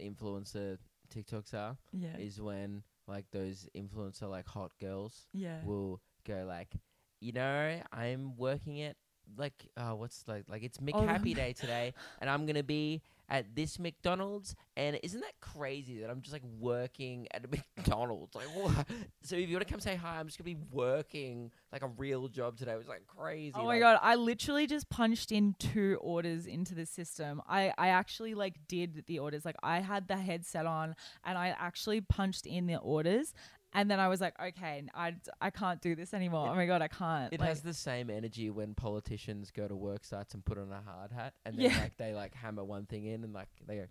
Speaker 1: influencer TikToks are?
Speaker 2: Yeah.
Speaker 1: Is when like those influencer like hot girls
Speaker 2: yeah.
Speaker 1: will go like, you know, I'm working at like oh what's like like it's
Speaker 2: Oh,
Speaker 1: McHappy Day today and I'm gonna be at this McDonald's and isn't that crazy that I'm just like working at a McDonald's? Like what? So if you wanna come say hi, I'm just gonna be working like a real job today. It was like crazy.
Speaker 2: Oh my
Speaker 1: like,
Speaker 2: god, I literally just punched in two orders into the system. I I actually like did the orders. Like I had the headset on and I actually punched in the orders and then I was like, okay, n- I I can't do this anymore. oh my god, I can't.
Speaker 1: It
Speaker 2: Like,
Speaker 1: has the same energy when politicians go to work sites and put on a hard hat, and then
Speaker 2: Yeah.
Speaker 1: like they like hammer one thing in, and like they go,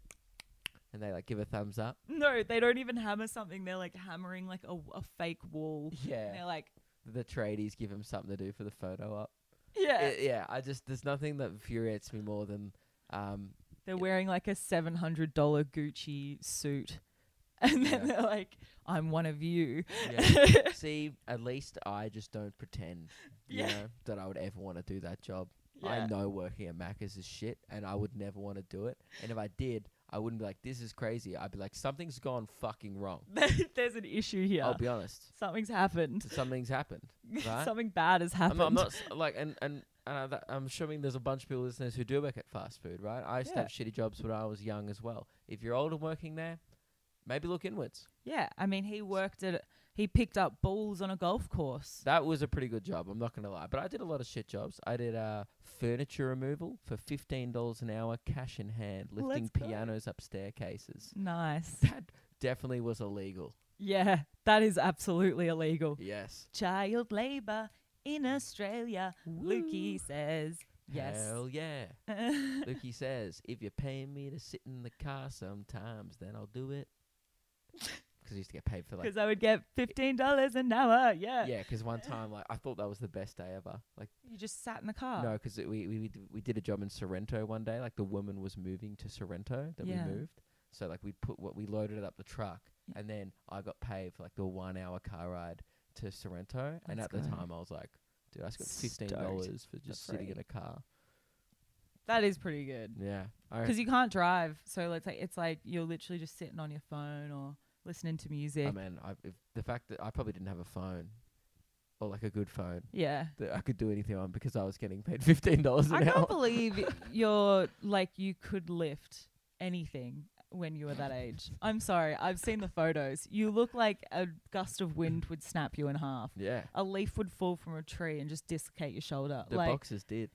Speaker 1: and they like give a thumbs up.
Speaker 2: no, they don't even hammer something. They're like hammering like a, a fake wall. And
Speaker 1: Yeah,
Speaker 2: they're like,
Speaker 1: the tradies give him something to do for the photo up.
Speaker 2: yeah,
Speaker 1: I- yeah, I just there's nothing that infuriates me more than um
Speaker 2: they're wearing like a seven hundred dollar Gucci suit, and then
Speaker 1: Yeah.
Speaker 2: they're like, I'm one of you.
Speaker 1: yeah. see. At least I just don't pretend, you
Speaker 2: Yeah.
Speaker 1: know, that I would ever want to do that job. I
Speaker 2: Yeah.
Speaker 1: know working at Macca's is shit, and I would never want to do it. And if I did, I wouldn't be like, "This is crazy." I'd be like, "Something's gone fucking wrong."
Speaker 2: There's an issue here.
Speaker 1: I'll be honest.
Speaker 2: Something's happened.
Speaker 1: something's happened. Right?
Speaker 2: Something bad has happened.
Speaker 1: I'm, I'm not s- like, and and and I, that, I'm assuming there's a bunch of people listeners who do work at fast food, right? I used to
Speaker 2: Yeah.
Speaker 1: have shitty jobs when I was young as well. If you're old and working there, maybe look inwards.
Speaker 2: yeah, I mean, he worked at he picked up balls on a golf course.
Speaker 1: That was a pretty good job. I'm not gonna lie, but I did a lot of shit jobs. I did uh, furniture removal for fifteen dollars an hour, cash in hand, lifting
Speaker 2: Let's go.
Speaker 1: pianos up staircases.
Speaker 2: Nice.
Speaker 1: That definitely was illegal.
Speaker 2: Yeah, that is absolutely illegal.
Speaker 1: Yes.
Speaker 2: Child labor in Australia, Lukey says. Yes.
Speaker 1: Hell yeah. Lukey says, if you're paying me to sit in the car sometimes, then I'll do it. 'Cause I used to get paid for like.
Speaker 2: Because I would get fifteen dollars an hour. Yeah.
Speaker 1: Yeah, 'cause one time, like, I thought that was the best day ever. Like,
Speaker 2: You just sat in the
Speaker 1: no,
Speaker 2: car.
Speaker 1: 'cause no, because we, we, we d- we did a job in Sorrento one day. Like, the woman was moving to Sorrento that
Speaker 2: Yeah.
Speaker 1: we moved. So, like, we put what we loaded it up the truck,
Speaker 2: Yeah.
Speaker 1: and then I got paid for like the one hour car ride to Sorrento. and at
Speaker 2: Let's
Speaker 1: the
Speaker 2: go.
Speaker 1: time, I was like, dude, I just got
Speaker 2: Stoked.
Speaker 1: $15 for just
Speaker 2: That's
Speaker 1: sitting in a
Speaker 2: right.
Speaker 1: car.
Speaker 2: That is pretty good.
Speaker 1: Yeah. I
Speaker 2: Because you can't drive, so let's say it's like you're literally just sitting on your phone or listening to music.
Speaker 1: I mean, I, if the fact that I probably didn't have a phone or like a good phone
Speaker 2: yeah.
Speaker 1: that I could do anything on because I was getting paid fifteen dollars an
Speaker 2: I
Speaker 1: hour.
Speaker 2: can't believe you're like you could lift anything when you were that age. I'm sorry, I've seen the photos. You look like a gust of wind would snap you in half.
Speaker 1: yeah,
Speaker 2: A leaf would fall from a tree and just dislocate your shoulder.
Speaker 1: the
Speaker 2: like,
Speaker 1: boxes did.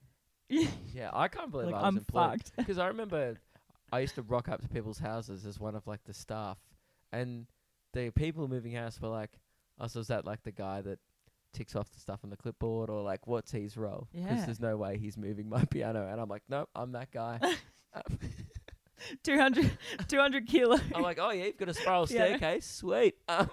Speaker 2: like
Speaker 1: Yeah, I can't believe I was
Speaker 2: I'm
Speaker 1: employed
Speaker 2: fucked.
Speaker 1: because I remember I used to rock up to people's houses as one of like the staff, and the people moving house were like, "Oh, so is that like the guy that?" Ticks off the stuff on the clipboard, or like, what's his role? Because
Speaker 2: Yeah.
Speaker 1: there's no way he's moving my piano, and I'm like, nope, I'm that guy.
Speaker 2: Two hundred, two hundred 200, 200 kilo.
Speaker 1: "Oh, I'm like, oh yeah, you've got a spiral
Speaker 2: Yeah.
Speaker 1: staircase, sweet. Um,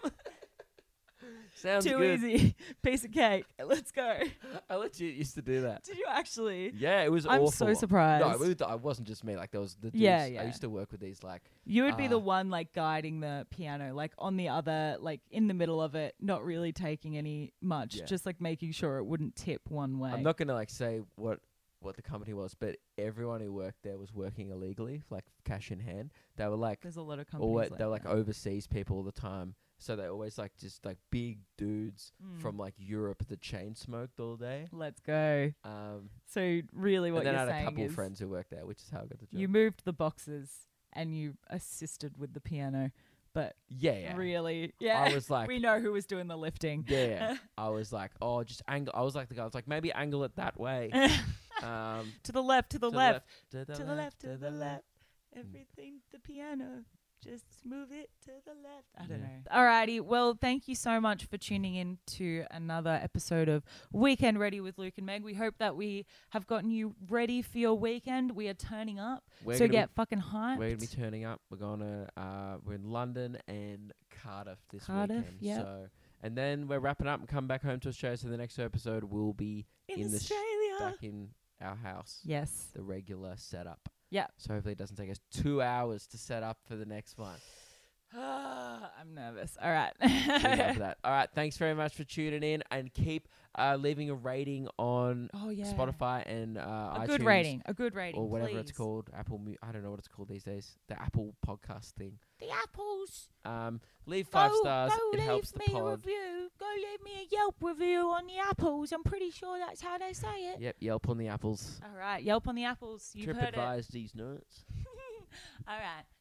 Speaker 1: Sounds
Speaker 2: Too
Speaker 1: good.
Speaker 2: easy. Piece of cake. Let's go.
Speaker 1: I legit used to do that.
Speaker 2: Did you actually?
Speaker 1: Yeah, it was
Speaker 2: I'm
Speaker 1: awful.
Speaker 2: so surprised.
Speaker 1: No, it was- I wasn't just me. Like there was the dudes.
Speaker 2: Yeah,
Speaker 1: I
Speaker 2: yeah.
Speaker 1: used to work with these like
Speaker 2: You would be the
Speaker 1: Uh,
Speaker 2: one like guiding the piano, like on the other, like in the middle of it, not really taking any much,
Speaker 1: Yeah.
Speaker 2: just like making sure it wouldn't tip one way.
Speaker 1: I'm not gonna like say what what the company was, but everyone who worked there was working illegally, like cash in hand. They were like
Speaker 2: There's a lot of companies.
Speaker 1: or
Speaker 2: like
Speaker 1: they were like
Speaker 2: that.
Speaker 1: overseas people all the time. So they always like just like big dudes
Speaker 2: Mm.
Speaker 1: from like Europe that chain smoked all day.
Speaker 2: Let's go.
Speaker 1: Um,
Speaker 2: So really, what
Speaker 1: and then I
Speaker 2: you're
Speaker 1: had a
Speaker 2: saying
Speaker 1: couple
Speaker 2: is
Speaker 1: friends who worked there, which is how I got the job.
Speaker 2: you moved the boxes and you assisted with the piano, but
Speaker 1: yeah, yeah.
Speaker 2: really, yeah,
Speaker 1: I was like,
Speaker 2: we know who was doing the lifting.
Speaker 1: yeah. I was like, oh, just angle. I was like the guy. I was like, maybe angle it that way. Um,
Speaker 2: to the left, to the
Speaker 1: to the
Speaker 2: left,
Speaker 1: to the,
Speaker 2: to the left, to the left.
Speaker 1: Everything,
Speaker 2: Everything, the piano. Just move it to the left. I
Speaker 1: don't
Speaker 2: don't
Speaker 1: Yeah.
Speaker 2: know. Alrighty. Well, thank you so much for tuning in to another episode of Weekend Ready with Luke and Meg. We hope that we have gotten you ready for your weekend. We are turning up.
Speaker 1: We're
Speaker 2: so
Speaker 1: gonna be-
Speaker 2: get fucking hyped.
Speaker 1: We're gonna be turning up. We're gonna uh, we're in London and Cardiff this
Speaker 2: Cardiff,
Speaker 1: weekend.
Speaker 2: yep.
Speaker 1: So and then we're wrapping up and come back home to Australia. So the next episode will be
Speaker 2: in,
Speaker 1: in the sh-
Speaker 2: Australia.
Speaker 1: back in our house,
Speaker 2: yes.
Speaker 1: the regular setup.
Speaker 2: Yep.
Speaker 1: So hopefully it doesn't take us two hours to set up for the next one.
Speaker 2: Ah, I'm nervous. All
Speaker 1: We love
Speaker 2: right.
Speaker 1: that. All right. Thanks very much for tuning in and keep uh, leaving a rating on
Speaker 2: oh yeah.
Speaker 1: Spotify and uh,
Speaker 2: A
Speaker 1: iTunes
Speaker 2: good rating. A good rating.
Speaker 1: or whatever it's
Speaker 2: please.
Speaker 1: called. Apple. Mu- I don't know what it's called these days. The Apple podcast thing.
Speaker 3: The apples.
Speaker 1: Um, leave five
Speaker 3: go,
Speaker 1: stars.
Speaker 3: Go
Speaker 1: it
Speaker 3: leave
Speaker 1: helps the
Speaker 3: me a
Speaker 1: pod.
Speaker 3: review. Go leave me a Yelp review on the apples. I'm pretty sure that's how they say it.
Speaker 1: Yep, Yelp on the apples.
Speaker 2: All right. Yelp on the apples. You've
Speaker 1: Trip
Speaker 2: heard it.
Speaker 1: advised these nuts.
Speaker 2: All right.